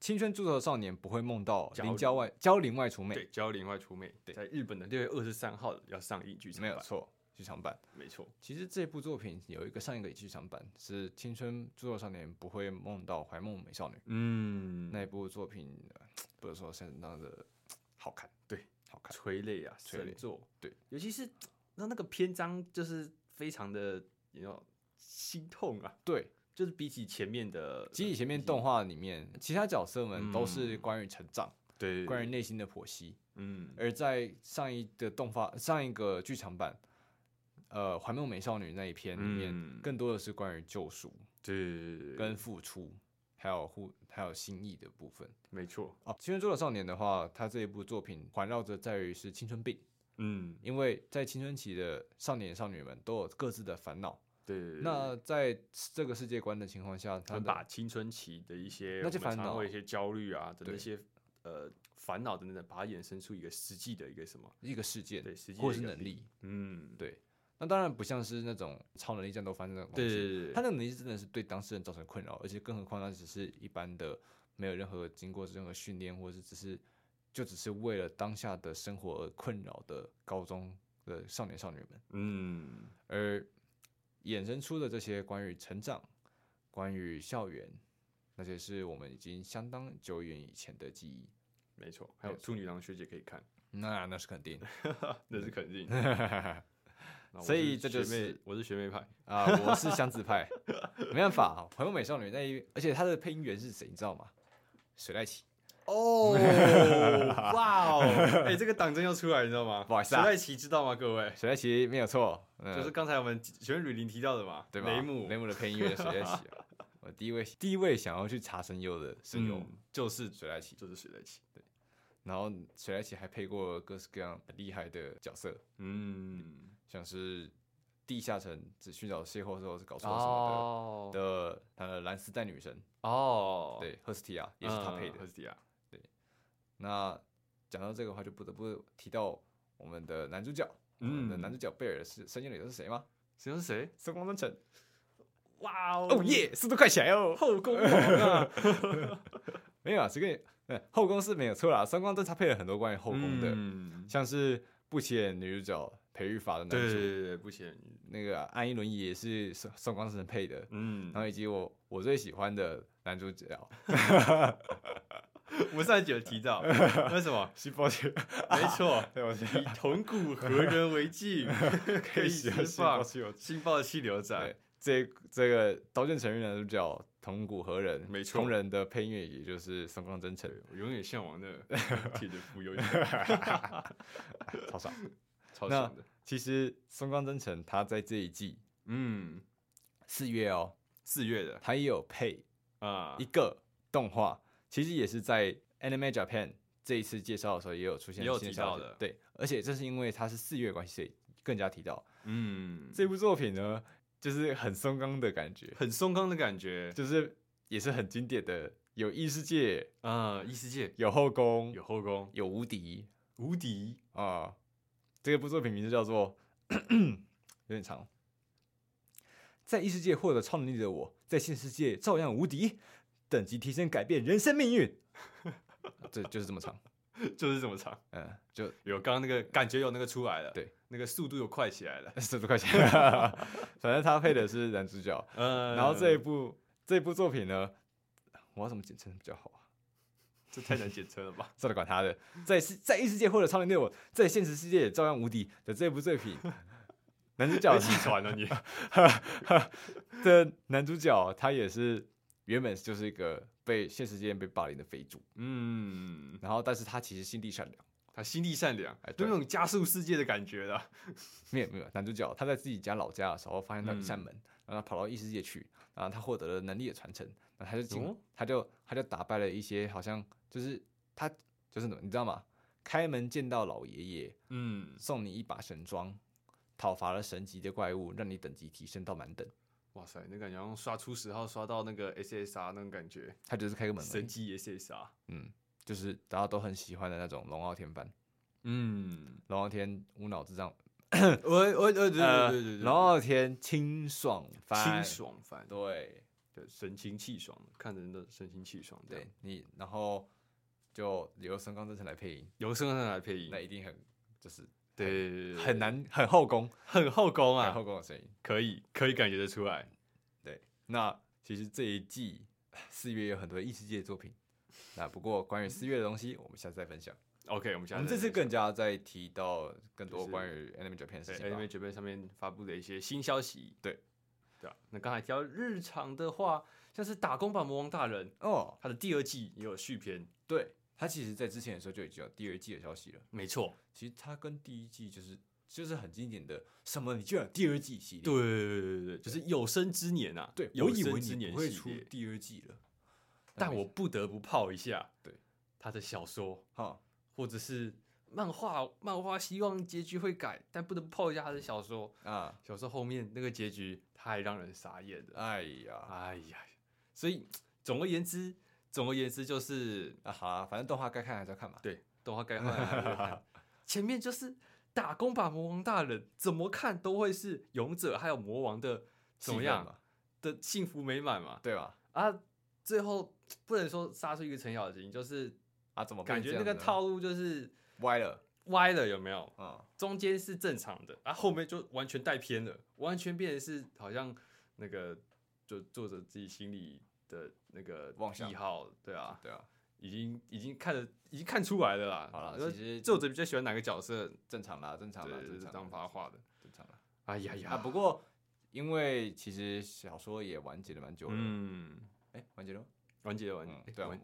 Speaker 2: 青春驻守少年不会梦到
Speaker 1: 娇
Speaker 2: 临
Speaker 1: 龄
Speaker 2: 郊外娇龄外除妹，
Speaker 1: 对，交林外出妹，在日本的六月二十三号要上映剧场
Speaker 2: 没
Speaker 1: 版。
Speaker 2: 有错，剧场版。
Speaker 1: 没错，
Speaker 2: 其实这部作品有一个上一个剧场版是《青春驻守少年不会梦到怀梦美少女》
Speaker 1: 嗯，
Speaker 2: 那一部作品，呃不能说相当的好看，对，好看，
Speaker 1: 催泪啊，
Speaker 2: 催泪
Speaker 1: 神作，
Speaker 2: 对，
Speaker 1: 尤其是那那个篇章就是非常的，你知道心痛啊，
Speaker 2: 对。
Speaker 1: 就是比起前面的，
Speaker 2: 其实前面
Speaker 1: 比起
Speaker 2: 动画里面，其他角色们都是
Speaker 1: 嗯
Speaker 2: 关于成长、
Speaker 1: 对
Speaker 2: 关于内心的剖析，
Speaker 1: 嗯
Speaker 2: 而在上一的动画、上一个剧场版，呃，《环梦美少女》那一篇里面，
Speaker 1: 嗯
Speaker 2: 更多的是关于救赎、
Speaker 1: 对
Speaker 2: 跟付出，还有互还有心意的部分。
Speaker 1: 没错，
Speaker 2: 哦，《青春周的少年》的话，他这一部作品环绕着在于是青春病，
Speaker 1: 嗯
Speaker 2: 因为在青春期的少年少女们都有各自的烦恼。
Speaker 1: 对，
Speaker 2: 那在这个世界观的情况下，
Speaker 1: 他
Speaker 2: 他
Speaker 1: 们
Speaker 2: 的
Speaker 1: 把青春期的一些
Speaker 2: 那些
Speaker 1: 我们
Speaker 2: 烦
Speaker 1: 常
Speaker 2: 恼
Speaker 1: 会一些焦虑啊的那
Speaker 2: 对
Speaker 1: 些呃烦恼等等，把它衍生出一个实际的一个什么，
Speaker 2: 一个事件
Speaker 1: 对实际
Speaker 2: 或
Speaker 1: 的
Speaker 2: 是
Speaker 1: 一个
Speaker 2: 能力，
Speaker 1: 嗯，
Speaker 2: 对，那当然不像是那种超能力战斗番那种东
Speaker 1: 对
Speaker 2: 西，
Speaker 1: 对对对，
Speaker 2: 他那个能力真的是对当事人造成困扰，而且更何况他只是一般的，没有任何经过任何训练，或者是只是就只是为了当下的生活而困扰的高中的少年少女们，
Speaker 1: 嗯
Speaker 2: 而衍生出的这些关于成长、关于校园，那些是我们已经相当久远以前的记忆。
Speaker 1: 没错，还有
Speaker 2: 没错
Speaker 1: 处女郎学姐可以看，
Speaker 2: 那那是肯定
Speaker 1: 那是肯定。
Speaker 2: [laughs]
Speaker 1: 那我
Speaker 2: 所以
Speaker 1: 是
Speaker 2: 这就
Speaker 1: 学妹
Speaker 2: 是
Speaker 1: 我是学妹派，
Speaker 2: [laughs] 啊、我是箱子派，没办法，《朋友美少女》那一，而且它的配音员是谁，你知道吗？水濑奇。
Speaker 1: [laughs] 哦，哇哦， [laughs] 哎、这个党争要出来，你知道吗？
Speaker 2: 不好意思啊
Speaker 1: 史莱奇知道吗？各位，
Speaker 2: 水濑奇没有错，嗯、
Speaker 1: 就是刚才我们前面吕林提到的嘛，
Speaker 2: 对吧？
Speaker 1: 雷姆，
Speaker 2: 雷姆的配音员是水濑奇
Speaker 1: [laughs]
Speaker 2: 啊。我第一位第一位想要去查声优的声优
Speaker 1: 嗯就是
Speaker 2: 水濑奇，
Speaker 1: 就是史莱奇，对，
Speaker 2: 然后水濑奇还配过各式各样很厉害的角色，
Speaker 1: 嗯，
Speaker 2: 像是地下城只寻找邂逅之后是搞错什么的、
Speaker 1: 哦
Speaker 2: 的，呃，兰斯代女神，
Speaker 1: 哦，
Speaker 2: 对，赫斯提亚也是他配的。
Speaker 1: 嗯赫斯蒂亚，
Speaker 2: 那讲到这个话，就不得不提到我们的男主角，我们的
Speaker 1: 嗯
Speaker 2: 男主角贝尔是声优里头是谁吗？
Speaker 1: 谁是谁？
Speaker 2: 是光真诚。
Speaker 1: 哇哦
Speaker 2: 哦耶，速度快起来哦！
Speaker 1: 后宫王啊，
Speaker 2: [laughs] 没有啊，这个呃后宫是没有错啦。三光真他配了很多关于后宫的，
Speaker 1: 嗯
Speaker 2: 像是不起眼女主角培育法的男
Speaker 1: 对对
Speaker 2: 主，
Speaker 1: 对对，不行，
Speaker 2: 那个安一轮也是宋宋光真配的，
Speaker 1: 嗯
Speaker 2: 然，后以及我我最喜欢的男主
Speaker 1: [laughs]
Speaker 2: 角
Speaker 1: 我们上一集有提 [laughs] 到，为什么？
Speaker 2: 西伯爵，
Speaker 1: 没 [laughs] 错，
Speaker 2: 对，我觉
Speaker 1: 以同骨何人为镜， [laughs] 可以释放
Speaker 2: 西伯爵。
Speaker 1: 心爆气流
Speaker 2: 对
Speaker 1: 斩。，
Speaker 2: 这这个《刀剑神域》男主角桐谷和人，
Speaker 1: 没错
Speaker 2: 同人的配乐也就是松冈真诚，
Speaker 1: 我永远向往那 [laughs] 铁的浮游泳，[laughs]
Speaker 2: 超爽。
Speaker 1: 超爽的。
Speaker 2: 其实松冈真诚他在这一季
Speaker 1: 嗯，
Speaker 2: 四月哦，
Speaker 1: 四月的
Speaker 2: 他也有配
Speaker 1: 啊
Speaker 2: 一，个动画，其实也是在 Anime Japan 这一次介绍的时候也有出现，
Speaker 1: 也有
Speaker 2: 新
Speaker 1: 提
Speaker 2: 消
Speaker 1: 到
Speaker 2: 息
Speaker 1: 的
Speaker 2: 对，而且这是因为它是四月关系，所以更加提到
Speaker 1: 嗯，
Speaker 2: 这部作品呢，就是很松冈的感觉，
Speaker 1: 很松冈的感觉
Speaker 2: 就是也是很经典的，有异世界，
Speaker 1: 啊，异世界
Speaker 2: 有后宫，
Speaker 1: 有后宫，
Speaker 2: 有无敌
Speaker 1: 无敌
Speaker 2: 啊、这部作品名字叫做有点长。在异世界获得超能力的我，在现世界照样无敌，等级提升改变人生命运。 [laughs] 这就是这么长，
Speaker 1: [laughs] 就是这么长。
Speaker 2: 嗯，就 [laughs]
Speaker 1: 有刚刚那个感觉有那个出来了，
Speaker 2: 对，
Speaker 1: 那个速度有快起来了。
Speaker 2: 四十块钱。 [laughs] 反正他配的是男主角，
Speaker 1: 嗯，
Speaker 2: 然后这一部这一部作品呢，我要怎么简称比较好啊？
Speaker 1: [laughs] 这太难检测了 [laughs] 吧？
Speaker 2: 算了，管他的，在世在异世界获得超能力的我，在现实世界也照样无敌的这部作品，男主角
Speaker 1: 会气喘 [laughs] 了你。
Speaker 2: [laughs] 的男主角他也是原本就是一个被现实界被霸凌的肥猪，
Speaker 1: 嗯，
Speaker 2: 然后但是他其实心地善良，
Speaker 1: 他心地善良，
Speaker 2: 哎
Speaker 1: 就
Speaker 2: 对
Speaker 1: 那种加速世界的感觉了。
Speaker 2: 没有没有男主角他在自己家老家的时候发现到一扇
Speaker 1: 嗯
Speaker 2: 门，然后他跑到异世界去，然后他获得了能力的传承，然后他就进、
Speaker 1: 哦
Speaker 2: 他就他就打败了一些好像就是他就是你知道吗？开门见到老爷爷，
Speaker 1: 嗯，
Speaker 2: 送你一把神装，讨伐了神级的怪物，让你等级提升到满等。
Speaker 1: 哇塞，那感觉好像刷初十号刷到那个 SSR 那种感觉，
Speaker 2: 他只是开个门而已，
Speaker 1: 神级 SSR。
Speaker 2: 嗯，就是大家都很喜欢的那种龙傲天番。
Speaker 1: 嗯，
Speaker 2: 龙傲天无脑智障，
Speaker 1: 我我我对对对对对，
Speaker 2: 龙傲呃天清爽番，
Speaker 1: 呃清，爽翻，
Speaker 2: 对
Speaker 1: 对，神清气爽，看着人的神清气爽。
Speaker 2: 对，，你然后就由神冈真诚来配音，
Speaker 1: 由生上来配音，
Speaker 2: 那
Speaker 1: 对
Speaker 2: 一定很就是
Speaker 1: 对对，对
Speaker 2: 很难很后宫，
Speaker 1: 很后宫
Speaker 2: 很
Speaker 1: 啊
Speaker 2: 后，宫的声音。
Speaker 1: 可以可以感觉得出来。
Speaker 2: 对，那其实这一季四月有很多异世界作品，那不过关于四月的东西，我们下次再分享。
Speaker 1: OK，我们
Speaker 2: 我
Speaker 1: 下
Speaker 2: 们
Speaker 1: 次
Speaker 2: 这次更加再提到更多
Speaker 1: 就是
Speaker 2: 关于 anime Japan 的
Speaker 1: 对
Speaker 2: 事情
Speaker 1: a
Speaker 2: 吧
Speaker 1: n i。准备上面发布的一些新消息。
Speaker 2: 对，
Speaker 1: 对啊。那刚才提到日常的话，像是《打工吧魔王大人》，
Speaker 2: 哦，
Speaker 1: 它的第二季也有续篇，
Speaker 2: 对，它其实在之前的时候就已经有第二季的消息了。
Speaker 1: 没错。
Speaker 2: 其实它跟第一季就是就是很经典的什么，你居然有第二季系列？
Speaker 1: 对对对对对，就是有生之年啊，
Speaker 2: 对，
Speaker 1: 有
Speaker 2: 我以为
Speaker 1: 生之
Speaker 2: 你
Speaker 1: 年
Speaker 2: 不会
Speaker 1: 系
Speaker 2: 出
Speaker 1: 列，
Speaker 2: 第二季了，
Speaker 1: 但我不得不泡一下，
Speaker 2: 对
Speaker 1: 他的小说
Speaker 2: 哈，
Speaker 1: 或者是漫画，漫画希望结局会改，但不得不泡一下他的小说。
Speaker 2: 啊，
Speaker 1: 小说后面那个结局太让人傻眼了，
Speaker 2: 哎呀
Speaker 1: 哎呀，所以总而言之，总而言之就是
Speaker 2: 啊，好啊，反正动画该看还是要看嘛。
Speaker 1: 对动画该换还是会看
Speaker 2: [laughs]
Speaker 1: 前面就是打工吧魔王大人，怎么看都会是勇者还有魔王的怎么
Speaker 2: 气氛
Speaker 1: 样
Speaker 2: 嘛？
Speaker 1: 的幸福美满嘛。
Speaker 2: 对吧？
Speaker 1: 啊，最后不能说杀出一个程咬金，就是
Speaker 2: 啊，怎么
Speaker 1: 感
Speaker 2: 变
Speaker 1: 觉
Speaker 2: 这
Speaker 1: 那
Speaker 2: 样
Speaker 1: 个
Speaker 2: 呢
Speaker 1: 套路就是
Speaker 2: 歪了？
Speaker 1: 歪了，有没有？
Speaker 2: 啊，
Speaker 1: 中间是正常的，啊，后面就完全带偏了，完全变成是好像那个就做着自己心里的那个
Speaker 2: 妄想
Speaker 1: 癖好，对啊，
Speaker 2: 对啊，
Speaker 1: 已经已经看得已经看出来了啦。
Speaker 2: 好啦
Speaker 1: 啊就
Speaker 2: 其实
Speaker 1: 作者比较喜欢哪个角色，
Speaker 2: 正常啦，正常啦，
Speaker 1: 对，就
Speaker 2: 正
Speaker 1: 是
Speaker 2: 常
Speaker 1: 张
Speaker 2: 啦，
Speaker 1: 发画的。
Speaker 2: 正常啦。
Speaker 1: 哎呀呀，
Speaker 2: 啊，不过因为其实小说也完结了蛮久了，
Speaker 1: 嗯，
Speaker 2: 哎，完结了吗，
Speaker 1: 完结了完结
Speaker 2: 嗯，
Speaker 1: 诶
Speaker 2: 对啊
Speaker 1: 完，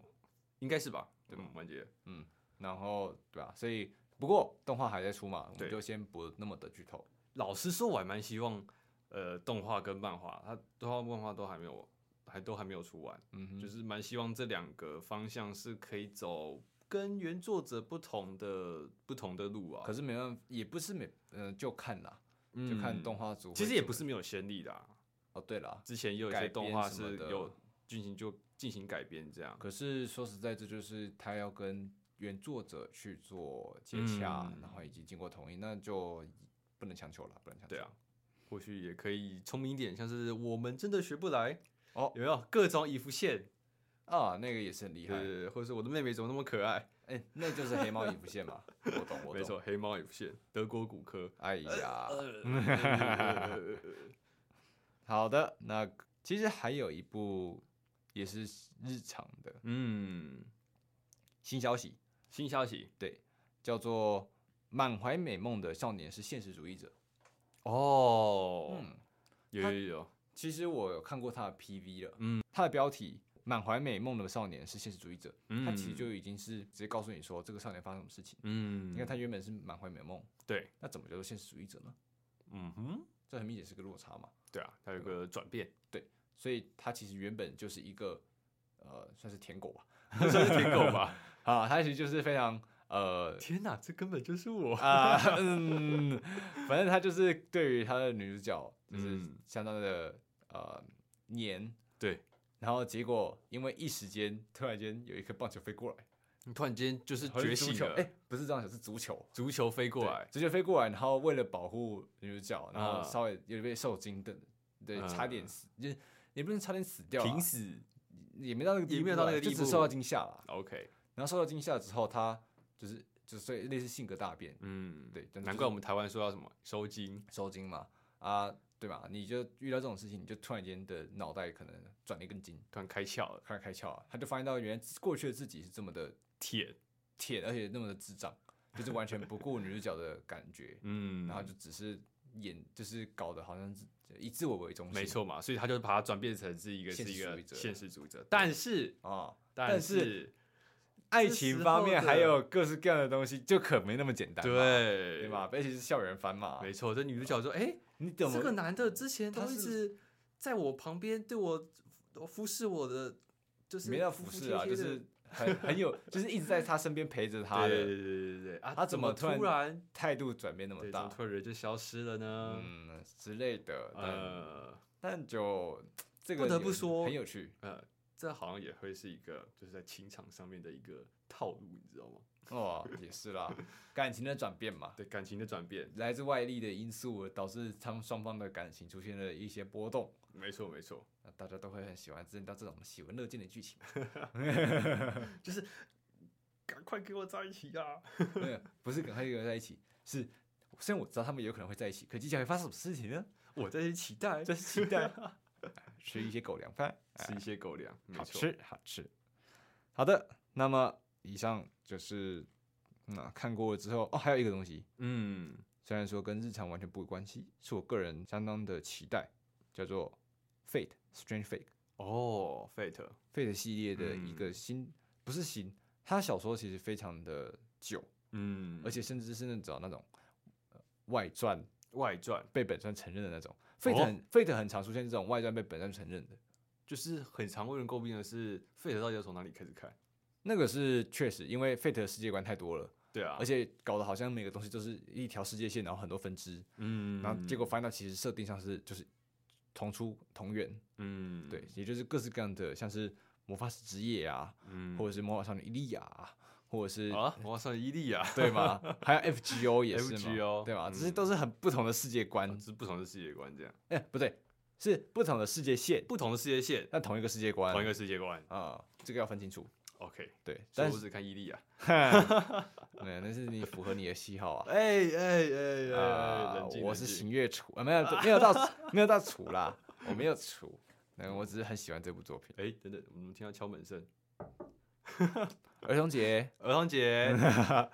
Speaker 1: 应该是吧？对
Speaker 2: 嗯，
Speaker 1: 完结了。
Speaker 2: 嗯，然后对吧？所以不过动画还在出嘛，我们
Speaker 1: 对
Speaker 2: 就先不那么的剧透。
Speaker 1: 老实说，我还蛮希望，呃，动画跟漫画，它动画漫画都还没有，还都还没有出完，
Speaker 2: 嗯哼，
Speaker 1: 就是蛮希望这两个方向是可以走跟原作者不同的不同的路啊。
Speaker 2: 可
Speaker 1: 是
Speaker 2: 是没办法，也不是每嗯、就看啦，
Speaker 1: 就
Speaker 2: 就看动，画组会怎
Speaker 1: 嗯其
Speaker 2: 么。
Speaker 1: 实也不是没有先例的、啊，
Speaker 2: 哦，对了，
Speaker 1: 之前也有一
Speaker 2: 改
Speaker 1: 些
Speaker 2: 编
Speaker 1: 动画
Speaker 2: 什么
Speaker 1: 是
Speaker 2: 的
Speaker 1: 有进行就进行改编这样。
Speaker 2: 可是说实在，这就是他要跟原作者去做接洽，
Speaker 1: 嗯
Speaker 2: 然后以及经过同意，那就不能强求了，不能强求。
Speaker 1: 对啊，或许也可以聪明一点，像是我们真的学不来
Speaker 2: 哦
Speaker 1: 有没有各种衣服线，
Speaker 2: 啊，那个也是很厉
Speaker 1: 对
Speaker 2: 害，
Speaker 1: 对对，或者是我的妹妹怎么那么可爱？
Speaker 2: 哎、那就是黑猫也不线嘛，
Speaker 1: [laughs]
Speaker 2: 我懂，我懂。
Speaker 1: 没错，呃黑猫也不线，德国骨
Speaker 2: [laughs]
Speaker 1: 科。
Speaker 2: 哎呀，
Speaker 1: 呃
Speaker 2: 好的，那其实还有一部也是日常的 [laughs]
Speaker 1: 嗯，
Speaker 2: 新消息，
Speaker 1: 新消息
Speaker 2: 对，叫做《满怀美梦的少年是现实主义者》。
Speaker 1: 哦
Speaker 2: 嗯，
Speaker 1: 有有有，
Speaker 2: 其实我有看过他的 PV 了，
Speaker 1: 嗯，
Speaker 2: 他的标题《满怀美梦的少年是现实主义者》，
Speaker 1: 嗯
Speaker 2: 他其实就已经是直接告诉你说这个少年发生什么事情。
Speaker 1: 嗯，
Speaker 2: 你看他原本是满怀美梦，
Speaker 1: 对，
Speaker 2: 那怎么叫做现实主义者呢？
Speaker 1: 嗯哼，
Speaker 2: 这很明显是个落差嘛。
Speaker 1: 对啊，它有个转
Speaker 2: [laughs]
Speaker 1: 变，
Speaker 2: 所以他其实原本就是一个呃，算是舔狗吧，
Speaker 1: 算是舔狗吧？
Speaker 2: 啊，他其实就是非常呃
Speaker 1: 天哪，这根本就是
Speaker 2: [laughs]
Speaker 1: 我，
Speaker 2: 啊、嗯，反正他就是对于他的女主角就是
Speaker 1: 嗯
Speaker 2: 相当的呃黏，
Speaker 1: 对，
Speaker 2: 然后结果因为一时间突然间有一颗棒球飞过来，
Speaker 1: 你突然间就是
Speaker 2: 好像
Speaker 1: 觉
Speaker 2: 是足
Speaker 1: 醒
Speaker 2: 球
Speaker 1: 了，
Speaker 2: 哎、不是棒球是足球。
Speaker 1: 足球飞过
Speaker 2: 对
Speaker 1: 来，，
Speaker 2: 直接飞过来，然后为了保护女主角，然后
Speaker 1: 啊
Speaker 2: 稍微有点被受惊的，对，差点
Speaker 1: 嗯
Speaker 2: 死，就是也不能差点死掉啊，
Speaker 1: 平死
Speaker 2: 也没到那个地
Speaker 1: 也没有
Speaker 2: 步
Speaker 1: 到
Speaker 2: 啦
Speaker 1: 那个
Speaker 2: 就
Speaker 1: 地
Speaker 2: 只
Speaker 1: 步
Speaker 2: 受到惊吓了。
Speaker 1: ，OK，
Speaker 2: 然后受到惊吓之后，他就是就所以类似性格大变，
Speaker 1: 嗯，
Speaker 2: 对，但是
Speaker 1: 难
Speaker 2: 就
Speaker 1: 怪
Speaker 2: 是
Speaker 1: 我们台湾说要什么收金，
Speaker 2: 受惊嘛，啊，对吧？你就遇到这种事情，你就突然间的脑袋可能转了一根筋，
Speaker 1: 突然开窍了，
Speaker 2: 开始开窍啊，他就发现到原来过去的自己是这么的
Speaker 1: 舔，，
Speaker 2: 舔，而且那么的智障，就是完全不顾女主角的感觉
Speaker 1: 嗯，
Speaker 2: 然后就只是演，就是搞得好像是以自我为中心，
Speaker 1: 没错嘛，所以他就把它转变成是一个是
Speaker 2: 现
Speaker 1: 一
Speaker 2: 实主
Speaker 1: 个
Speaker 2: 义者
Speaker 1: 现实主义者，但是
Speaker 2: 啊。
Speaker 1: 但
Speaker 2: 但
Speaker 1: 是
Speaker 2: 爱
Speaker 1: 这
Speaker 2: 情
Speaker 1: 时
Speaker 2: 方
Speaker 1: 候
Speaker 2: 面还
Speaker 1: 的
Speaker 2: 有各式各样的东西，就可没那么简单嘛，
Speaker 1: 对
Speaker 2: 对吧？？而且是校园番嘛，
Speaker 1: 没错，这女主角说：“哎、
Speaker 2: 你怎么
Speaker 1: 这个男的之前都
Speaker 2: 他
Speaker 1: 一
Speaker 2: 是
Speaker 1: 直在我旁边对我服侍我的，就是
Speaker 2: 没到
Speaker 1: 服
Speaker 2: 服
Speaker 1: 服
Speaker 2: 侍
Speaker 1: 帖
Speaker 2: 啊，
Speaker 1: 帖
Speaker 2: 就
Speaker 1: 的
Speaker 2: 是很很有，就是一直在他身边陪着他
Speaker 1: 对对
Speaker 2: 的
Speaker 1: 对对对对啊，
Speaker 2: 他
Speaker 1: 怎
Speaker 2: 怎么突
Speaker 1: 突然
Speaker 2: 态度转变那么
Speaker 1: 对，怎么
Speaker 2: 大，
Speaker 1: 突然人就消失了呢？
Speaker 2: 嗯之类的，但
Speaker 1: 呃
Speaker 2: 但就这个
Speaker 1: 不得不
Speaker 2: 有
Speaker 1: 说
Speaker 2: 很有趣
Speaker 1: 呃，这好像也会是一个就是在情场上面的一个套路，你知道吗？
Speaker 2: 哦，也是啦，感情的转变嘛，
Speaker 1: 对感情的转变，
Speaker 2: 来自外力的因素导致他们双方的感情出现了一些波动。
Speaker 1: 没错没错，
Speaker 2: 那大家都会很喜欢知道这种喜闻乐见的剧情，
Speaker 1: 就是赶快给我在一起啊！
Speaker 2: [laughs] 没有不是赶快跟在一起，是虽然我知道他们有可能会在一起，可接下来会发生什么事情呢？
Speaker 1: [laughs] 我在这里期待， [laughs]
Speaker 2: 真是期待吃一些狗粮饭，哎
Speaker 1: 吃一些狗粮，没
Speaker 2: 好
Speaker 1: 错，
Speaker 2: 吃好吃。好的，那么以上就是那、嗯啊看过了之后哦，还有一个东西，
Speaker 1: 嗯，
Speaker 2: 虽然说跟日常完全不有关系，是我个人相当的期待，叫做 Fate Strange Fate
Speaker 1: 哦，Fate，
Speaker 2: Fate 系列的一
Speaker 1: 嗯
Speaker 2: 个新，不是新，它小说其实非常的久，
Speaker 1: 嗯，
Speaker 2: 而且甚至是那种那种、呃外传
Speaker 1: 外传
Speaker 2: 被本传承认的那
Speaker 1: 哦
Speaker 2: 种。Fate 很、Fate 很常出现这种外传被本传承认的，
Speaker 1: 就是很常为人诟病的是，Fate 到底要从哪里开始看？
Speaker 2: 那个是确实，因为 Fate 的世界观太多了。
Speaker 1: 对啊，
Speaker 2: 而且搞得好像每个东西都是一条世界线，然后很多分支，
Speaker 1: 嗯，
Speaker 2: 然后结果发现到其实设定上是就是同出同源，
Speaker 1: 嗯，
Speaker 2: 对，，也就是各式各样的，像是魔法师之夜啊，
Speaker 1: 嗯，
Speaker 2: 或者是魔法少女伊利亚啊，或者是、
Speaker 1: 啊，我要上伊利亚，
Speaker 2: 对吗？还有 FGO
Speaker 1: [laughs]
Speaker 2: 也是嘛
Speaker 1: FGO
Speaker 2: 对吧？
Speaker 1: 嗯
Speaker 2: 这些都是很不同的世界观，
Speaker 1: 是不同的世界观，这样
Speaker 2: 哎、不对，是不同的世界线，
Speaker 1: 不同的世界线，
Speaker 2: 但同一个世界观，
Speaker 1: 同一个世界观。
Speaker 2: 啊、这个要分清楚。
Speaker 1: OK，
Speaker 2: 对，
Speaker 1: 所
Speaker 2: 但
Speaker 1: 以我
Speaker 2: 是
Speaker 1: 只看伊利亚。
Speaker 2: [laughs] 对，那是你符合你的喜好啊。
Speaker 1: 哎哎哎
Speaker 2: 啊
Speaker 1: 冷，静，
Speaker 2: 我
Speaker 1: 冷
Speaker 2: 是
Speaker 1: 静 [laughs]
Speaker 2: 行月厨啊，没有没有到没有到厨啦，我没有厨，那我只是很喜欢这部作品。
Speaker 1: 哎、等等，我们听到敲门 [laughs] 声，
Speaker 2: 儿童节，
Speaker 1: 儿童 [laughs] 节，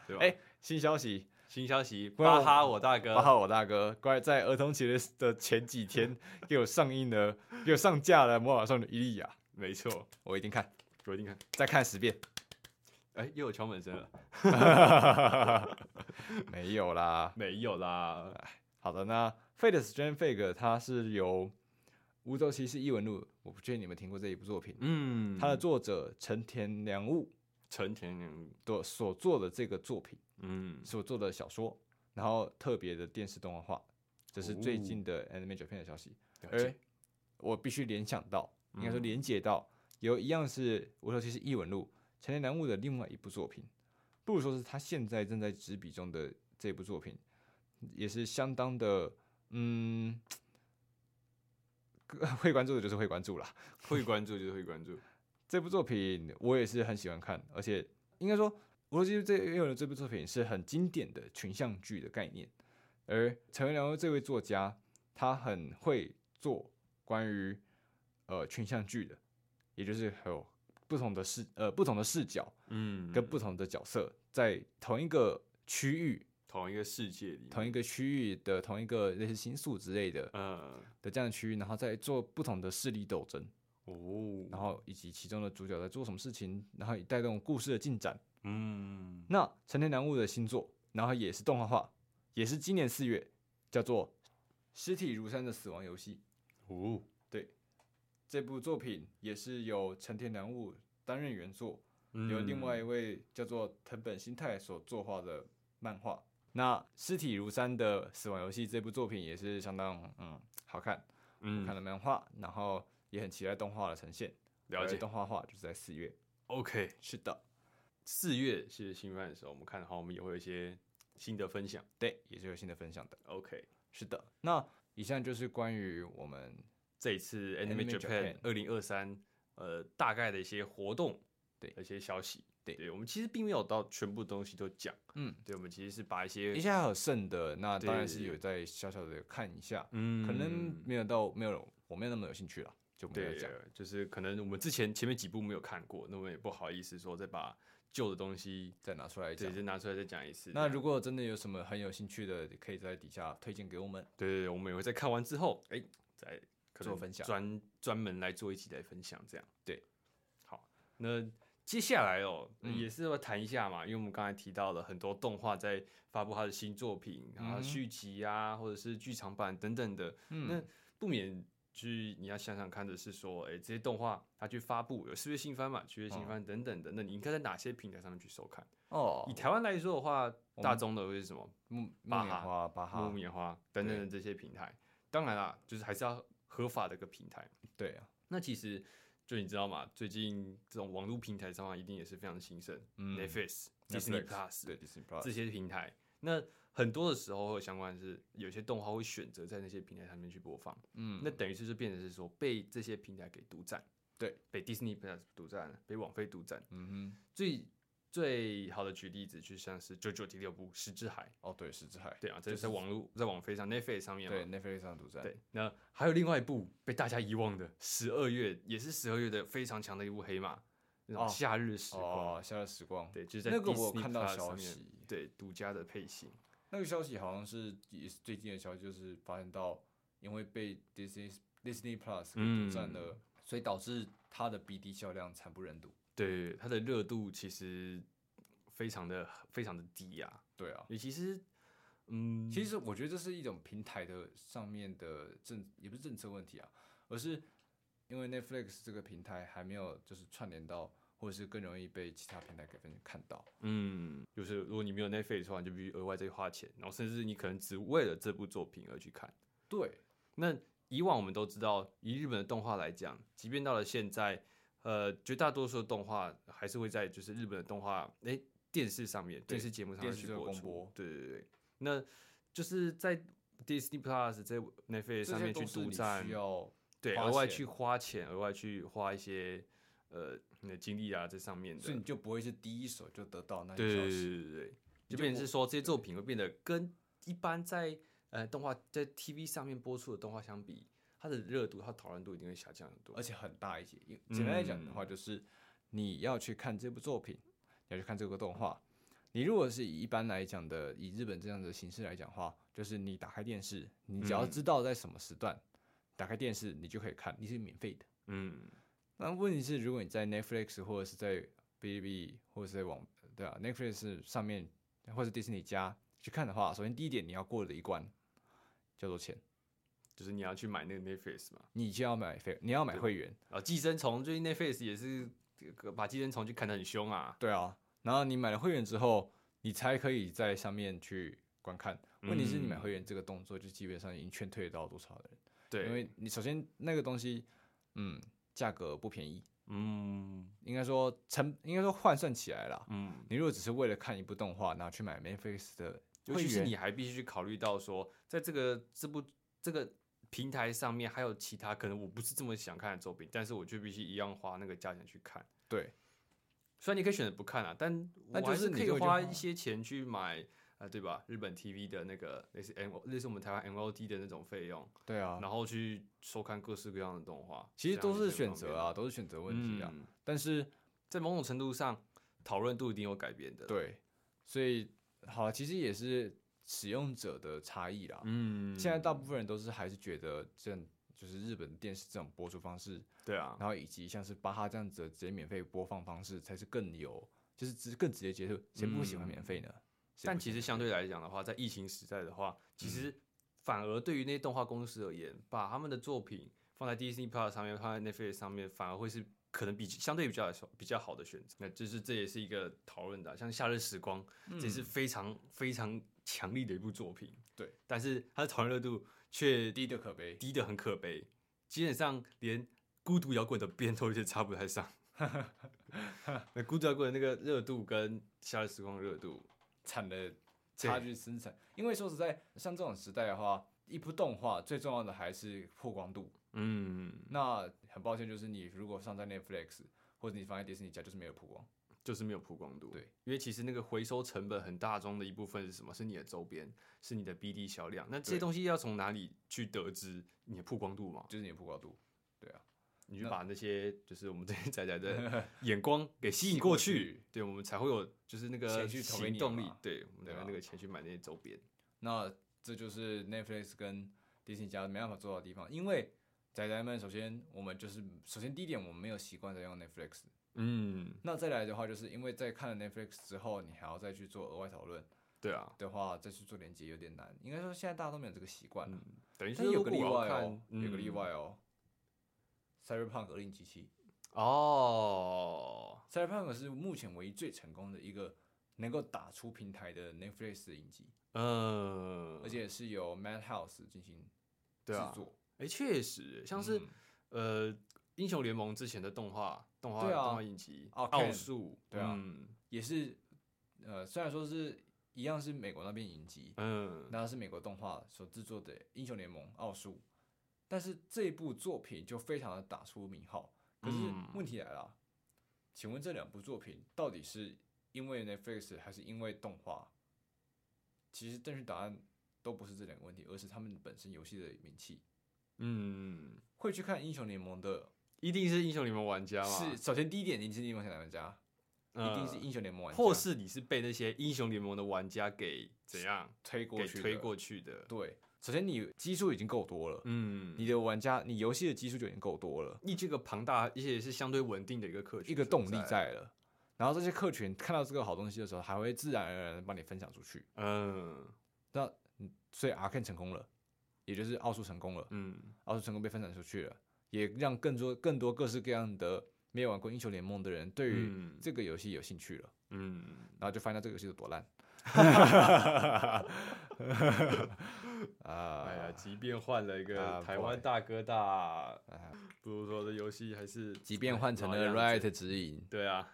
Speaker 1: 对吧？
Speaker 2: 哎新消息，
Speaker 1: 新消息，
Speaker 2: 不然
Speaker 1: 巴
Speaker 2: 我
Speaker 1: 哈我大哥
Speaker 2: 八，号我大哥，关在儿童节的的前几
Speaker 1: [laughs]
Speaker 2: 天给我上映了，给我上架了《魔法少女伊利亚
Speaker 1: 没错，》，
Speaker 2: 我一定看，
Speaker 1: 我一定看。
Speaker 2: 再看十遍。
Speaker 1: 哎、又有敲门声了，
Speaker 2: 没有啦。
Speaker 1: 没有啦，
Speaker 2: 好的，那《Fate Strange Fake》它是由乌州骑士异闻录，我不确定你们听过这一部作品，
Speaker 1: 嗯，
Speaker 2: 它的作者成田良悟
Speaker 1: 成田人，
Speaker 2: 的所做的这个作品，
Speaker 1: 嗯，
Speaker 2: 所做的小说，然后特别的电视动画化，这是
Speaker 1: 哦
Speaker 2: 最近的 Anime Japan 的消息。
Speaker 1: 了
Speaker 2: 而
Speaker 1: 解，
Speaker 2: 我必须联想到，应该说
Speaker 1: 嗯
Speaker 2: 连接到，有一样是无头骑士异闻录成田良悟的另外一部作品，不如说是他现在正在执笔中的这部作品，也是相当的，嗯， [laughs] 会关注的就是会关注啦。
Speaker 1: 会关注就是会关
Speaker 2: [laughs]
Speaker 1: 注，
Speaker 2: 这部作品我也是很喜欢看，而且应该说《无头骑士》这因为这部作品是很经典的群像剧的概念，而陈文良这位作家他很会做关于呃群像剧的，也就是有不同的视呃不同的视角
Speaker 1: 嗯，
Speaker 2: 跟不同的角色在同一个区域、
Speaker 1: 同一个世界里面，
Speaker 2: 同一个区域的同一个类似星宿之类的
Speaker 1: 呃，
Speaker 2: 的这样的区域，然后再做不同的势力斗争。
Speaker 1: 哦，
Speaker 2: 然后以及其中的主角在做什么事情，然后以带动故事的进展。
Speaker 1: 嗯，
Speaker 2: 那成田良悟的新作，然后也是动画化，也是今年四月，叫做《尸体如山的死亡游戏》
Speaker 1: 哦，
Speaker 2: 这部作品，也是由成田良悟担任原作，由另外一
Speaker 1: 嗯
Speaker 2: 位叫做藤本新太所作画的漫画。那《尸体如山的死亡游戏》这部作品也是相当嗯好看，
Speaker 1: 嗯
Speaker 2: 看了漫画，然后也很期待动画的呈现。
Speaker 1: 了
Speaker 2: 而
Speaker 1: 解
Speaker 2: 动画化就是在四月。
Speaker 1: ，OK，
Speaker 2: 是的，
Speaker 1: 四月是新番的时候，我们看的话，我们也会有一些新的分享
Speaker 2: 对，也是有新的分享的。
Speaker 1: ，OK。
Speaker 2: 是的，那以上就是关于我们
Speaker 1: 这一次 Anime
Speaker 2: Anime
Speaker 1: Japan 二零二三呃大概的一些活动，
Speaker 2: 对
Speaker 1: 一些消息，
Speaker 2: 对
Speaker 1: 我们其实并没有到全部东西都讲，
Speaker 2: 嗯，
Speaker 1: 对，我们其实是把一些
Speaker 2: 一些还有剩的，那当然是
Speaker 1: 对
Speaker 2: 有在小小的看一下，
Speaker 1: 嗯
Speaker 2: 可能没有到没有我没有那么有兴趣了，就没有
Speaker 1: 对
Speaker 2: 讲。，
Speaker 1: 就是可能我们之前前面几部没有看过，那我们也不好意思说再把旧的东西
Speaker 2: 再拿出来
Speaker 1: 对
Speaker 2: 讲。
Speaker 1: 再拿出来再讲一次。
Speaker 2: 那如果真的有什么很有兴趣的，可以在底下推荐给我们。
Speaker 1: 对对对，我们也会在看完之后，哎，再可能
Speaker 2: 做分享
Speaker 1: 专专门来做一集来分享，这样
Speaker 2: 对。
Speaker 1: 好，那接下来哦，
Speaker 2: 嗯
Speaker 1: 也是要谈一下嘛，因为我们刚才提到了很多动画在发布它的新作品，然后
Speaker 2: 嗯
Speaker 1: 续集啊，或者是剧场版等等的，那
Speaker 2: 嗯，
Speaker 1: 不免去你要想想看的是说，哎，这些动画它去发布有四月新番嘛，七月新
Speaker 2: 嗯
Speaker 1: 番等等的，那你应该在哪些平台上面去收看？
Speaker 2: 哦
Speaker 1: 以，台湾来说的话，
Speaker 2: 我
Speaker 1: 大
Speaker 2: 们
Speaker 1: 众的会是什么？
Speaker 2: 木木
Speaker 1: 巴
Speaker 2: 棉
Speaker 1: 哈
Speaker 2: 花巴
Speaker 1: 木
Speaker 2: 哈，
Speaker 1: 棉花等等
Speaker 2: 对
Speaker 1: 的这些平台。当然啦，就是还是要合法的一个平台。
Speaker 2: 对啊，
Speaker 1: 那其实就你知道嘛，最近这种网络平台上啊，一定也是非常的兴盛、
Speaker 2: 嗯
Speaker 1: n e t f l i x Disney
Speaker 2: Netflix，
Speaker 1: Plus
Speaker 2: 对 Disney
Speaker 1: 这
Speaker 2: Plus，
Speaker 1: 些平台。那很多的时候会有相关的是，有些动画会选择在那些平台上面去播放，
Speaker 2: 嗯，
Speaker 1: 那等于是就变成是说被这些平台给独占，
Speaker 2: 对，
Speaker 1: 被 Disney Plus 独占，被网飞独占。
Speaker 2: 嗯
Speaker 1: 最最好的举例子就像是《九九第六部《十之海》，
Speaker 2: 哼，哦对，是之海，
Speaker 1: 对啊，这
Speaker 2: 就是
Speaker 1: 在网络在网飞上 Netflix 上面嘛
Speaker 2: 对，Netflix 上独占，
Speaker 1: 对，那还有另外一部被大家遗忘的，十二月也是十二月的非常强的一部黑马，那种
Speaker 2: 哦
Speaker 1: 夏日时光，
Speaker 2: 哦，夏日时光，
Speaker 1: 对，就是在
Speaker 2: 那个我
Speaker 1: Disney
Speaker 2: 看到
Speaker 1: Plus
Speaker 2: 消
Speaker 1: 上面
Speaker 2: 息，
Speaker 1: 对，独家的配型，
Speaker 2: 那个消息好像是也是最近的消息，就是发现到因为被 Disney Disney Plus 给独占
Speaker 1: 嗯
Speaker 2: 了，所以导致它的 BD 销量惨不忍睹。
Speaker 1: 对，它的热度其实非常的非常的低啊，
Speaker 2: 对啊，
Speaker 1: 也其实，嗯，
Speaker 2: 其实我觉得这是一种平台的上面的政，也不是政策问题啊，而是因为 Netflix 这个平台还没有就是串联到，或者是更容易被其他平台给分看到。
Speaker 1: 嗯，就是如果你没有 Netflix 的话，你就必须额外再花钱，然后甚至你可能只为了这部作品而去看。
Speaker 2: 对，
Speaker 1: 那以往我们都知道，以日本的动画来讲，即便到了现在，呃，绝大多数的动画还是会在就是日本的动画诶电视上面、
Speaker 2: 对
Speaker 1: 电视节目上
Speaker 2: 电
Speaker 1: 面
Speaker 2: 视
Speaker 1: 去
Speaker 2: 就
Speaker 1: 播
Speaker 2: 公
Speaker 1: 出。
Speaker 2: 播
Speaker 1: 对对对，那就是在 Disney Plus 在 Netflix
Speaker 2: 这
Speaker 1: 上
Speaker 2: 些
Speaker 1: 面
Speaker 2: 都
Speaker 1: 去
Speaker 2: 是
Speaker 1: 独
Speaker 2: 你
Speaker 1: 占
Speaker 2: 需，要
Speaker 1: 对，
Speaker 2: 花
Speaker 1: 额外
Speaker 2: 钱
Speaker 1: 去花钱，额外去花一些呃你的精力啊这上面的。
Speaker 2: 所以你就不会是第一手就得到那些
Speaker 1: 对
Speaker 2: 消
Speaker 1: 对
Speaker 2: 息。
Speaker 1: 对对对，
Speaker 2: 你
Speaker 1: 就
Speaker 2: 就
Speaker 1: 变成
Speaker 2: 不
Speaker 1: 是说这些作品会变得跟一般在呃动画在 TV 上面播出的动画相比，它的热度、它讨论度一定会下降很多
Speaker 2: 而。且很大一些。因简单来讲的话，就是你要去看这部作品，你要去看这个动画。你如果是以一般来讲的，以日本这样的形式来讲的话，就是你打开电视，你只要
Speaker 1: 嗯
Speaker 2: 知道在什么时段、打开电视，你就可以看，你是免费的。
Speaker 1: 嗯，
Speaker 2: 那问题是，如果你在 Netflix 或者是在 B B 或者是在网对啊 Netflix 上面或者迪士尼家去看的话，首先第一点你要过的一关叫做钱，
Speaker 1: 就是你要去买那个 Netflix 嘛。
Speaker 2: 你就要买费，你要买会员。
Speaker 1: 然后寄生虫最近 Netflix 也是呃把寄生虫去砍得很凶啊。
Speaker 2: 对啊，然后你买了会员之后，你才可以在上面去观看。问题是，你买
Speaker 1: 嗯
Speaker 2: 会员这个动作，就基本上已经劝退到多少的人？
Speaker 1: 对，
Speaker 2: 因为你首先那个东西，嗯，价格不便宜，
Speaker 1: 嗯
Speaker 2: 应该说成，应该说换算起来啦。
Speaker 1: 嗯，
Speaker 2: 你如果只是为了看一部动画，然后去买 Netflix 的
Speaker 1: 尤
Speaker 2: 会
Speaker 1: 其是
Speaker 2: 员，
Speaker 1: 你还必须去考虑到说，在这个这部这个平台上面还有其他可能我不是这么想看的作品，但是我却必须一样花那个价钱去看。
Speaker 2: 对，
Speaker 1: 虽然你可以选择不看啊，但我
Speaker 2: 但就
Speaker 1: 还
Speaker 2: 是你
Speaker 1: 可以
Speaker 2: 就会觉得
Speaker 1: 花
Speaker 2: 花
Speaker 1: 一些钱去买啊、呃对吧？日本 TV 的那个类似 M 类似我们台湾 MOD 的那种费用，
Speaker 2: 对啊，
Speaker 1: 然后去收看各式各样的动画，
Speaker 2: 其实
Speaker 1: 这样
Speaker 2: 都是
Speaker 1: 也很
Speaker 2: 选
Speaker 1: 方
Speaker 2: 择
Speaker 1: 便
Speaker 2: 啊，都是选择问题啊。
Speaker 1: 嗯
Speaker 2: 但是
Speaker 1: 在某种程度上，讨论度一定有改变的。，
Speaker 2: 对，所以好啊，其实也是使用者的差异啦。
Speaker 1: 嗯，
Speaker 2: 啊现在大部分人都是还是觉得这样就是日本电视这种播出方式，
Speaker 1: 对啊，
Speaker 2: 然后以及像是巴哈这样子的直接免费播放方式才是更有，就是直更直接接受。谁不喜欢免费呢？谁
Speaker 1: 嗯但
Speaker 2: 不
Speaker 1: 其
Speaker 2: 喜
Speaker 1: 实
Speaker 2: 欢
Speaker 1: 相对来讲的话，在疫情时代的话，其实反而对于那些动画公司而言，把他们的作品放在 Disney Plus 上面，放在 Netflix 上面，反而会是可能比相对比较来说比较好的选择。那就是这也是一个讨论的啊、像《夏日时光》，这也是非常非常强力的一部作品，
Speaker 2: 对，
Speaker 1: 但是它的讨论热度却
Speaker 2: 低的可悲，
Speaker 1: 低的很可悲，基本上连孤独摇滚的边头也插不太上。 [laughs] 那孤独摇滚的那个热度跟《夏日时光》的热度，
Speaker 2: 惨的差距生产。因为说实在，像这种时代的话，一部动画最重要的还是曝光度。
Speaker 1: 嗯，
Speaker 2: 那很抱歉，就是你如果上在 Netflix 或者你放在迪士尼家，就是没有曝光。
Speaker 1: 就是没有曝光度。
Speaker 2: 对，
Speaker 1: 因为其实那个回收成本很大中的一部分是什么？是你的周边，是你的 BD 销量。那这些
Speaker 2: 对
Speaker 1: 东西要从哪里去得知你的曝光度嘛？
Speaker 2: 就是你的曝光度，对啊，
Speaker 1: 你去把那些就是我们这些仔仔
Speaker 2: [laughs]
Speaker 1: 的眼光给吸引过
Speaker 2: 吸引
Speaker 1: 去，
Speaker 2: 过去
Speaker 1: 对我们才会有就是那个
Speaker 2: 钱去投给
Speaker 1: 行
Speaker 2: 你
Speaker 1: 动
Speaker 2: 嘛
Speaker 1: 力，对，我们才
Speaker 2: 对啊
Speaker 1: 有
Speaker 2: 吧
Speaker 1: 那个钱去买那些周边。
Speaker 2: 那这就是 Netflix 跟迪士尼家没办法做到的地方，因为仔仔们首先我们就是首先第一点我们没有习惯在用 Netflix，
Speaker 1: 嗯，
Speaker 2: 那再来的话就是因为在看了 Netflix 之后，你还要再去做额外讨论
Speaker 1: 对啊，
Speaker 2: 的话，再去做连接有点难。应该说现在大家都没有这个习惯了，
Speaker 1: 嗯，等于
Speaker 2: 但
Speaker 1: 是
Speaker 2: 有
Speaker 1: 如
Speaker 2: 个
Speaker 1: 果
Speaker 2: 例
Speaker 1: 我
Speaker 2: 外
Speaker 1: 要看
Speaker 2: 哦，，有个例
Speaker 1: 嗯
Speaker 2: 外哦。Cyberpunk 二零七七
Speaker 1: 哦，
Speaker 2: ，Cyberpunk 是目前唯一最成功的一个能够打出平台的 Netflix 的影集，
Speaker 1: 嗯，
Speaker 2: 而且是由 Madhouse 进行制
Speaker 1: 对啊，
Speaker 2: 作，
Speaker 1: 哎，确实，像是
Speaker 2: 嗯
Speaker 1: 呃，英雄联盟之前的动画、动画、
Speaker 2: 对啊
Speaker 1: 动画影集，
Speaker 2: 哦
Speaker 1: 奥
Speaker 2: 看
Speaker 1: 数，
Speaker 2: 对啊
Speaker 1: 嗯
Speaker 2: 也是呃，虽然说是一样是美国那边影集，
Speaker 1: 嗯，
Speaker 2: 那是美国动画所制作的《英雄联盟》奥数，但是这部作品就非常的打出名号。可是
Speaker 1: 嗯
Speaker 2: 问题来了，请问这两部作品到底是因为 Netflix 还是因为动画？其实正确答案都不是这两个问题，而是他们本身游戏的名气。
Speaker 1: 嗯，
Speaker 2: 会去看《英雄联盟》的
Speaker 1: 一定是英雄联盟玩家嘛，
Speaker 2: 是，首先第一点，你是英雄联盟玩家，一定是
Speaker 1: 嗯
Speaker 2: 英雄联盟玩家，
Speaker 1: 或是你是被那些英雄联盟的玩家给怎样
Speaker 2: 推过
Speaker 1: 给
Speaker 2: 去的
Speaker 1: 推过去的？
Speaker 2: 对，首先你基数已经够多了，
Speaker 1: 嗯，
Speaker 2: 你的玩家，你游戏的基数就已经够多了，
Speaker 1: 你这个庞大，而且也是相对稳定的一个客群，
Speaker 2: 一个动力，在了。然后这些客群看到这个好东西的时候，还会自然而然的帮你分享出去。
Speaker 1: 嗯
Speaker 2: 那嗯所以 Arkane 成功了，也就是奥数成功了，
Speaker 1: 嗯
Speaker 2: 奥数成功被分享出去了，也让更多更多各式各样的没有玩过英雄联盟的人对于
Speaker 1: 嗯
Speaker 2: 这个游戏有兴趣了，
Speaker 1: 嗯，
Speaker 2: 然后就发现这个游戏有
Speaker 1: [laughs]
Speaker 2: 多烂。 [laughs] 啊、
Speaker 1: 哎呀，即便换了一个
Speaker 2: 啊
Speaker 1: 台
Speaker 2: 不好
Speaker 1: 湾
Speaker 2: 意
Speaker 1: 大哥大
Speaker 2: 哎，
Speaker 1: 不如说这游戏还是，
Speaker 2: 即便换成
Speaker 1: 老
Speaker 2: 了
Speaker 1: 样子
Speaker 2: Riot 指引，
Speaker 1: 对啊，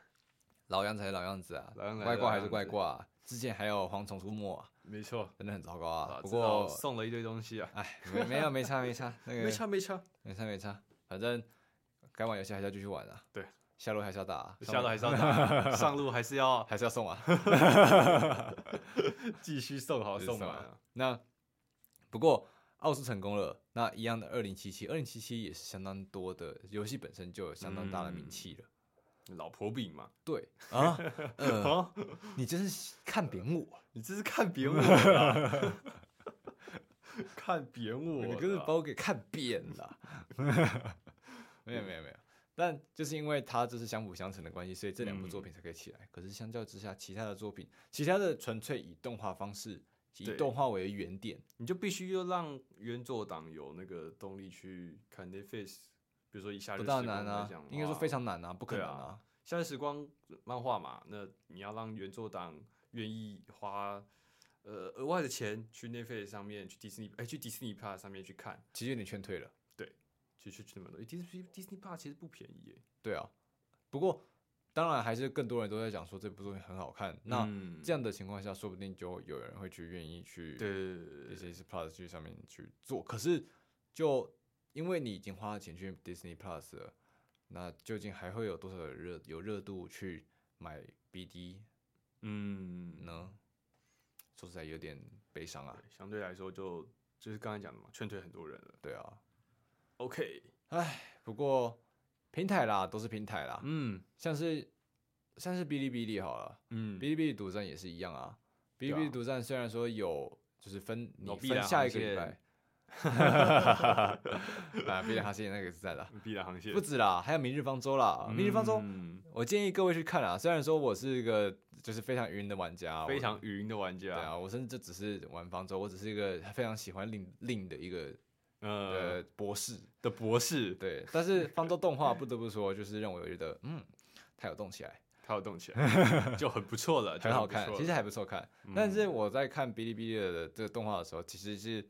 Speaker 2: 老样子还是老样子啊，
Speaker 1: 老样子还
Speaker 2: 怪
Speaker 1: 是
Speaker 2: 挂
Speaker 1: 老
Speaker 2: 还是
Speaker 1: 样
Speaker 2: 怪
Speaker 1: 子
Speaker 2: 挂、啊。之前还有蝗虫出没、啊，
Speaker 1: 没错，
Speaker 2: 真的很糟糕啊。
Speaker 1: 早
Speaker 2: 不
Speaker 1: 知道
Speaker 2: 过，
Speaker 1: 送了一堆东西啊，
Speaker 2: 哎，没没有没差没
Speaker 1: [laughs]
Speaker 2: 差，那个
Speaker 1: 没差没差，
Speaker 2: 没差没差，反正该玩游戏还是要继续玩啊。
Speaker 1: 对，
Speaker 2: 下路还是要打、啊，上
Speaker 1: 下路还是 [laughs] 要打，上路还是要
Speaker 2: [laughs] 还是要送啊。
Speaker 1: [laughs]
Speaker 2: [laughs]
Speaker 1: 继续送好
Speaker 2: 就是
Speaker 1: 送
Speaker 2: 送
Speaker 1: 满
Speaker 2: 啊
Speaker 1: 啊。
Speaker 2: 那不过奥数成功了，那一样的二零七七，二零七七也是相当多的游戏本身就有相当大的名
Speaker 1: 嗯
Speaker 2: 气了。
Speaker 1: 老婆饼嘛，
Speaker 2: 对啊， [laughs] 呃，
Speaker 1: [laughs] 啊，
Speaker 2: 你真是看扁我，
Speaker 1: 你这是看扁我了啊， [laughs] 看扁我了啊，
Speaker 2: 你真是把我给看扁
Speaker 1: [laughs]
Speaker 2: 了。没有没有没有，但就是因为它这是相辅相成的关系，所以这两部作
Speaker 1: 嗯
Speaker 2: 品才可以起来。可是相较之下，其他的作品，其他的纯粹以动画方式，以
Speaker 1: 对
Speaker 2: 动画为原点，
Speaker 1: 你就必须要让原作党有那个动力去看 Netflix，比如说以夏日
Speaker 2: 不
Speaker 1: 时
Speaker 2: 大
Speaker 1: 光
Speaker 2: 难
Speaker 1: 来
Speaker 2: 啊
Speaker 1: 讲，，
Speaker 2: 应该说
Speaker 1: 哇
Speaker 2: 非常难啊，不可
Speaker 1: 对
Speaker 2: 能
Speaker 1: 啊
Speaker 2: 啊。
Speaker 1: 夏日时光漫画嘛，那你要让原作党愿意花呃额外的钱去 Netflix 上面，去迪士尼，哎、去迪士尼 Plus 上面去看，
Speaker 2: 其实有点劝退了。
Speaker 1: 去去去那么多。迪士尼 Disney Plus 其实不便宜耶。
Speaker 2: 对啊，不过当然还是更多人都在讲说这部作品很好看。那
Speaker 1: 嗯
Speaker 2: 这样的情况下，说不定就有人会去愿意去
Speaker 1: 对对对对对
Speaker 2: Disney Plus 去上面去做。可是就因为你已经花了钱去 Disney Plus 了，那究竟还会有多少有热有热度去买 BD
Speaker 1: 嗯，
Speaker 2: 呢？说实在有点悲伤啊
Speaker 1: 对。相对来说就就是刚才讲的嘛，劝退很多人了。
Speaker 2: 对啊，
Speaker 1: OK，
Speaker 2: 不过平台啦，都是平台啦，
Speaker 1: 嗯
Speaker 2: 像是像是哔哩哔哩好了。
Speaker 1: 嗯
Speaker 2: 哔哩哔哩独占也是一样啊。哔哩
Speaker 1: 对啊
Speaker 2: 哔哩独占虽然说有就是分你
Speaker 1: 有必
Speaker 2: 分
Speaker 1: 然
Speaker 2: 下
Speaker 1: 航
Speaker 2: 一个礼
Speaker 1: 线 [laughs]
Speaker 2: 拜， [laughs] 啊，必然航线那个是在啦，
Speaker 1: 必然航线
Speaker 2: 不啊止啦，还有明日方舟啦，明日方舟。
Speaker 1: 嗯
Speaker 2: 我建议各位去看啊，虽然说我是一个就是非常云的玩家，我
Speaker 1: 非常云的玩
Speaker 2: 对
Speaker 1: 家，
Speaker 2: 啊，我甚至就只是玩方舟，我只是一个非常喜欢令令的一个
Speaker 1: 呃
Speaker 2: 呃博士，
Speaker 1: 的博士，
Speaker 2: 对，但是方舟动画不得不说，就是让我觉得嗯，它有动起来，
Speaker 1: [laughs] 他有动起来，
Speaker 2: [laughs]
Speaker 1: 就很不错了，就
Speaker 2: 很好
Speaker 1: 不
Speaker 2: 看
Speaker 1: 错，
Speaker 2: 其实
Speaker 1: 了嗯
Speaker 2: 还不错看。但是我在看哔哩哔哩的这个动画的时候，其实是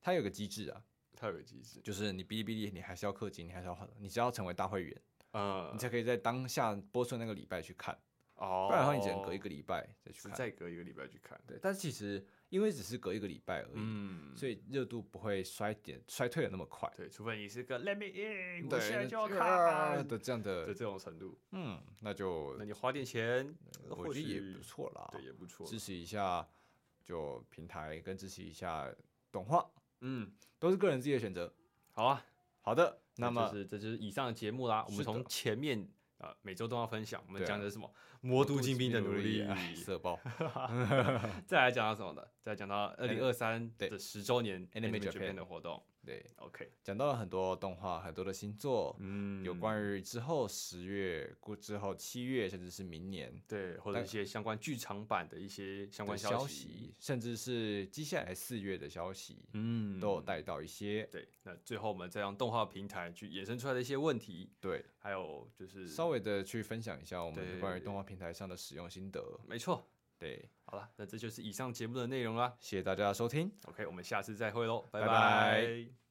Speaker 2: 它有个机制啊，
Speaker 1: 他有个机制，
Speaker 2: 就是你哔哩哔哩你还是要氪金，你还是要你是要成为大会员，
Speaker 1: 呃
Speaker 2: 你，才可以在当下播出的那个礼拜去看，
Speaker 1: 哦，
Speaker 2: 不然的话你只能隔一个礼拜再去
Speaker 1: 是
Speaker 2: 看。
Speaker 1: 再隔一个礼拜去看，
Speaker 2: 对，但是其实因为只是隔一个礼拜而已，
Speaker 1: 嗯，
Speaker 2: 所以热度不会衰点衰退的那么快。
Speaker 1: 对，除非你是个 Let me in，我哎
Speaker 2: 对
Speaker 1: 现在就要
Speaker 2: 那啊
Speaker 1: 看，
Speaker 2: 的这样
Speaker 1: 就
Speaker 2: 的，
Speaker 1: 这种程度，
Speaker 2: 嗯，那就
Speaker 1: 那你花点钱，
Speaker 2: 我
Speaker 1: 或
Speaker 2: 觉得
Speaker 1: 许
Speaker 2: 也不，错啦，
Speaker 1: 对，也不错，
Speaker 2: 支持一下就平台，跟支持一下动画。
Speaker 1: 嗯，
Speaker 2: 都是个人自己的选择。
Speaker 1: 好啊，
Speaker 2: 好的，那
Speaker 1: 那
Speaker 2: 么、
Speaker 1: 么就是这就是以上的节目啦。我们
Speaker 2: 是的
Speaker 1: 从前面啊、呃每周都要分享，我们
Speaker 2: 对啊
Speaker 1: 讲的是什么魔都精兵的努力，
Speaker 2: 哎社 [laughs] 爆
Speaker 1: 再来讲到什么的，再来讲到二零二三
Speaker 2: 对
Speaker 1: 的十周年
Speaker 2: Anime
Speaker 1: Japan
Speaker 2: Japan
Speaker 1: 的活动。
Speaker 2: 对，
Speaker 1: OK，
Speaker 2: 讲到了很多动画，很多的星座，
Speaker 1: 嗯
Speaker 2: 有关于之后十月、过之后七月，甚至是明年
Speaker 1: 对或者一些相关剧场版的一些相
Speaker 2: 的
Speaker 1: 关
Speaker 2: 消
Speaker 1: 息，
Speaker 2: 息，甚至是接下来四月的消息，
Speaker 1: 嗯
Speaker 2: 都有带到一些。
Speaker 1: 对。那最后我们再用动画平台去衍生出来的一些问题，
Speaker 2: 对，
Speaker 1: 还有就是
Speaker 2: 稍微的去分享一下我们
Speaker 1: 对
Speaker 2: 关于动画平台上的使用心得。
Speaker 1: 没错。
Speaker 2: 对，
Speaker 1: 好了，那这就是以上节目的内容啦。
Speaker 2: 谢谢大家的收听。
Speaker 1: OK，我们下次再会喽，拜
Speaker 2: 拜拜
Speaker 1: 拜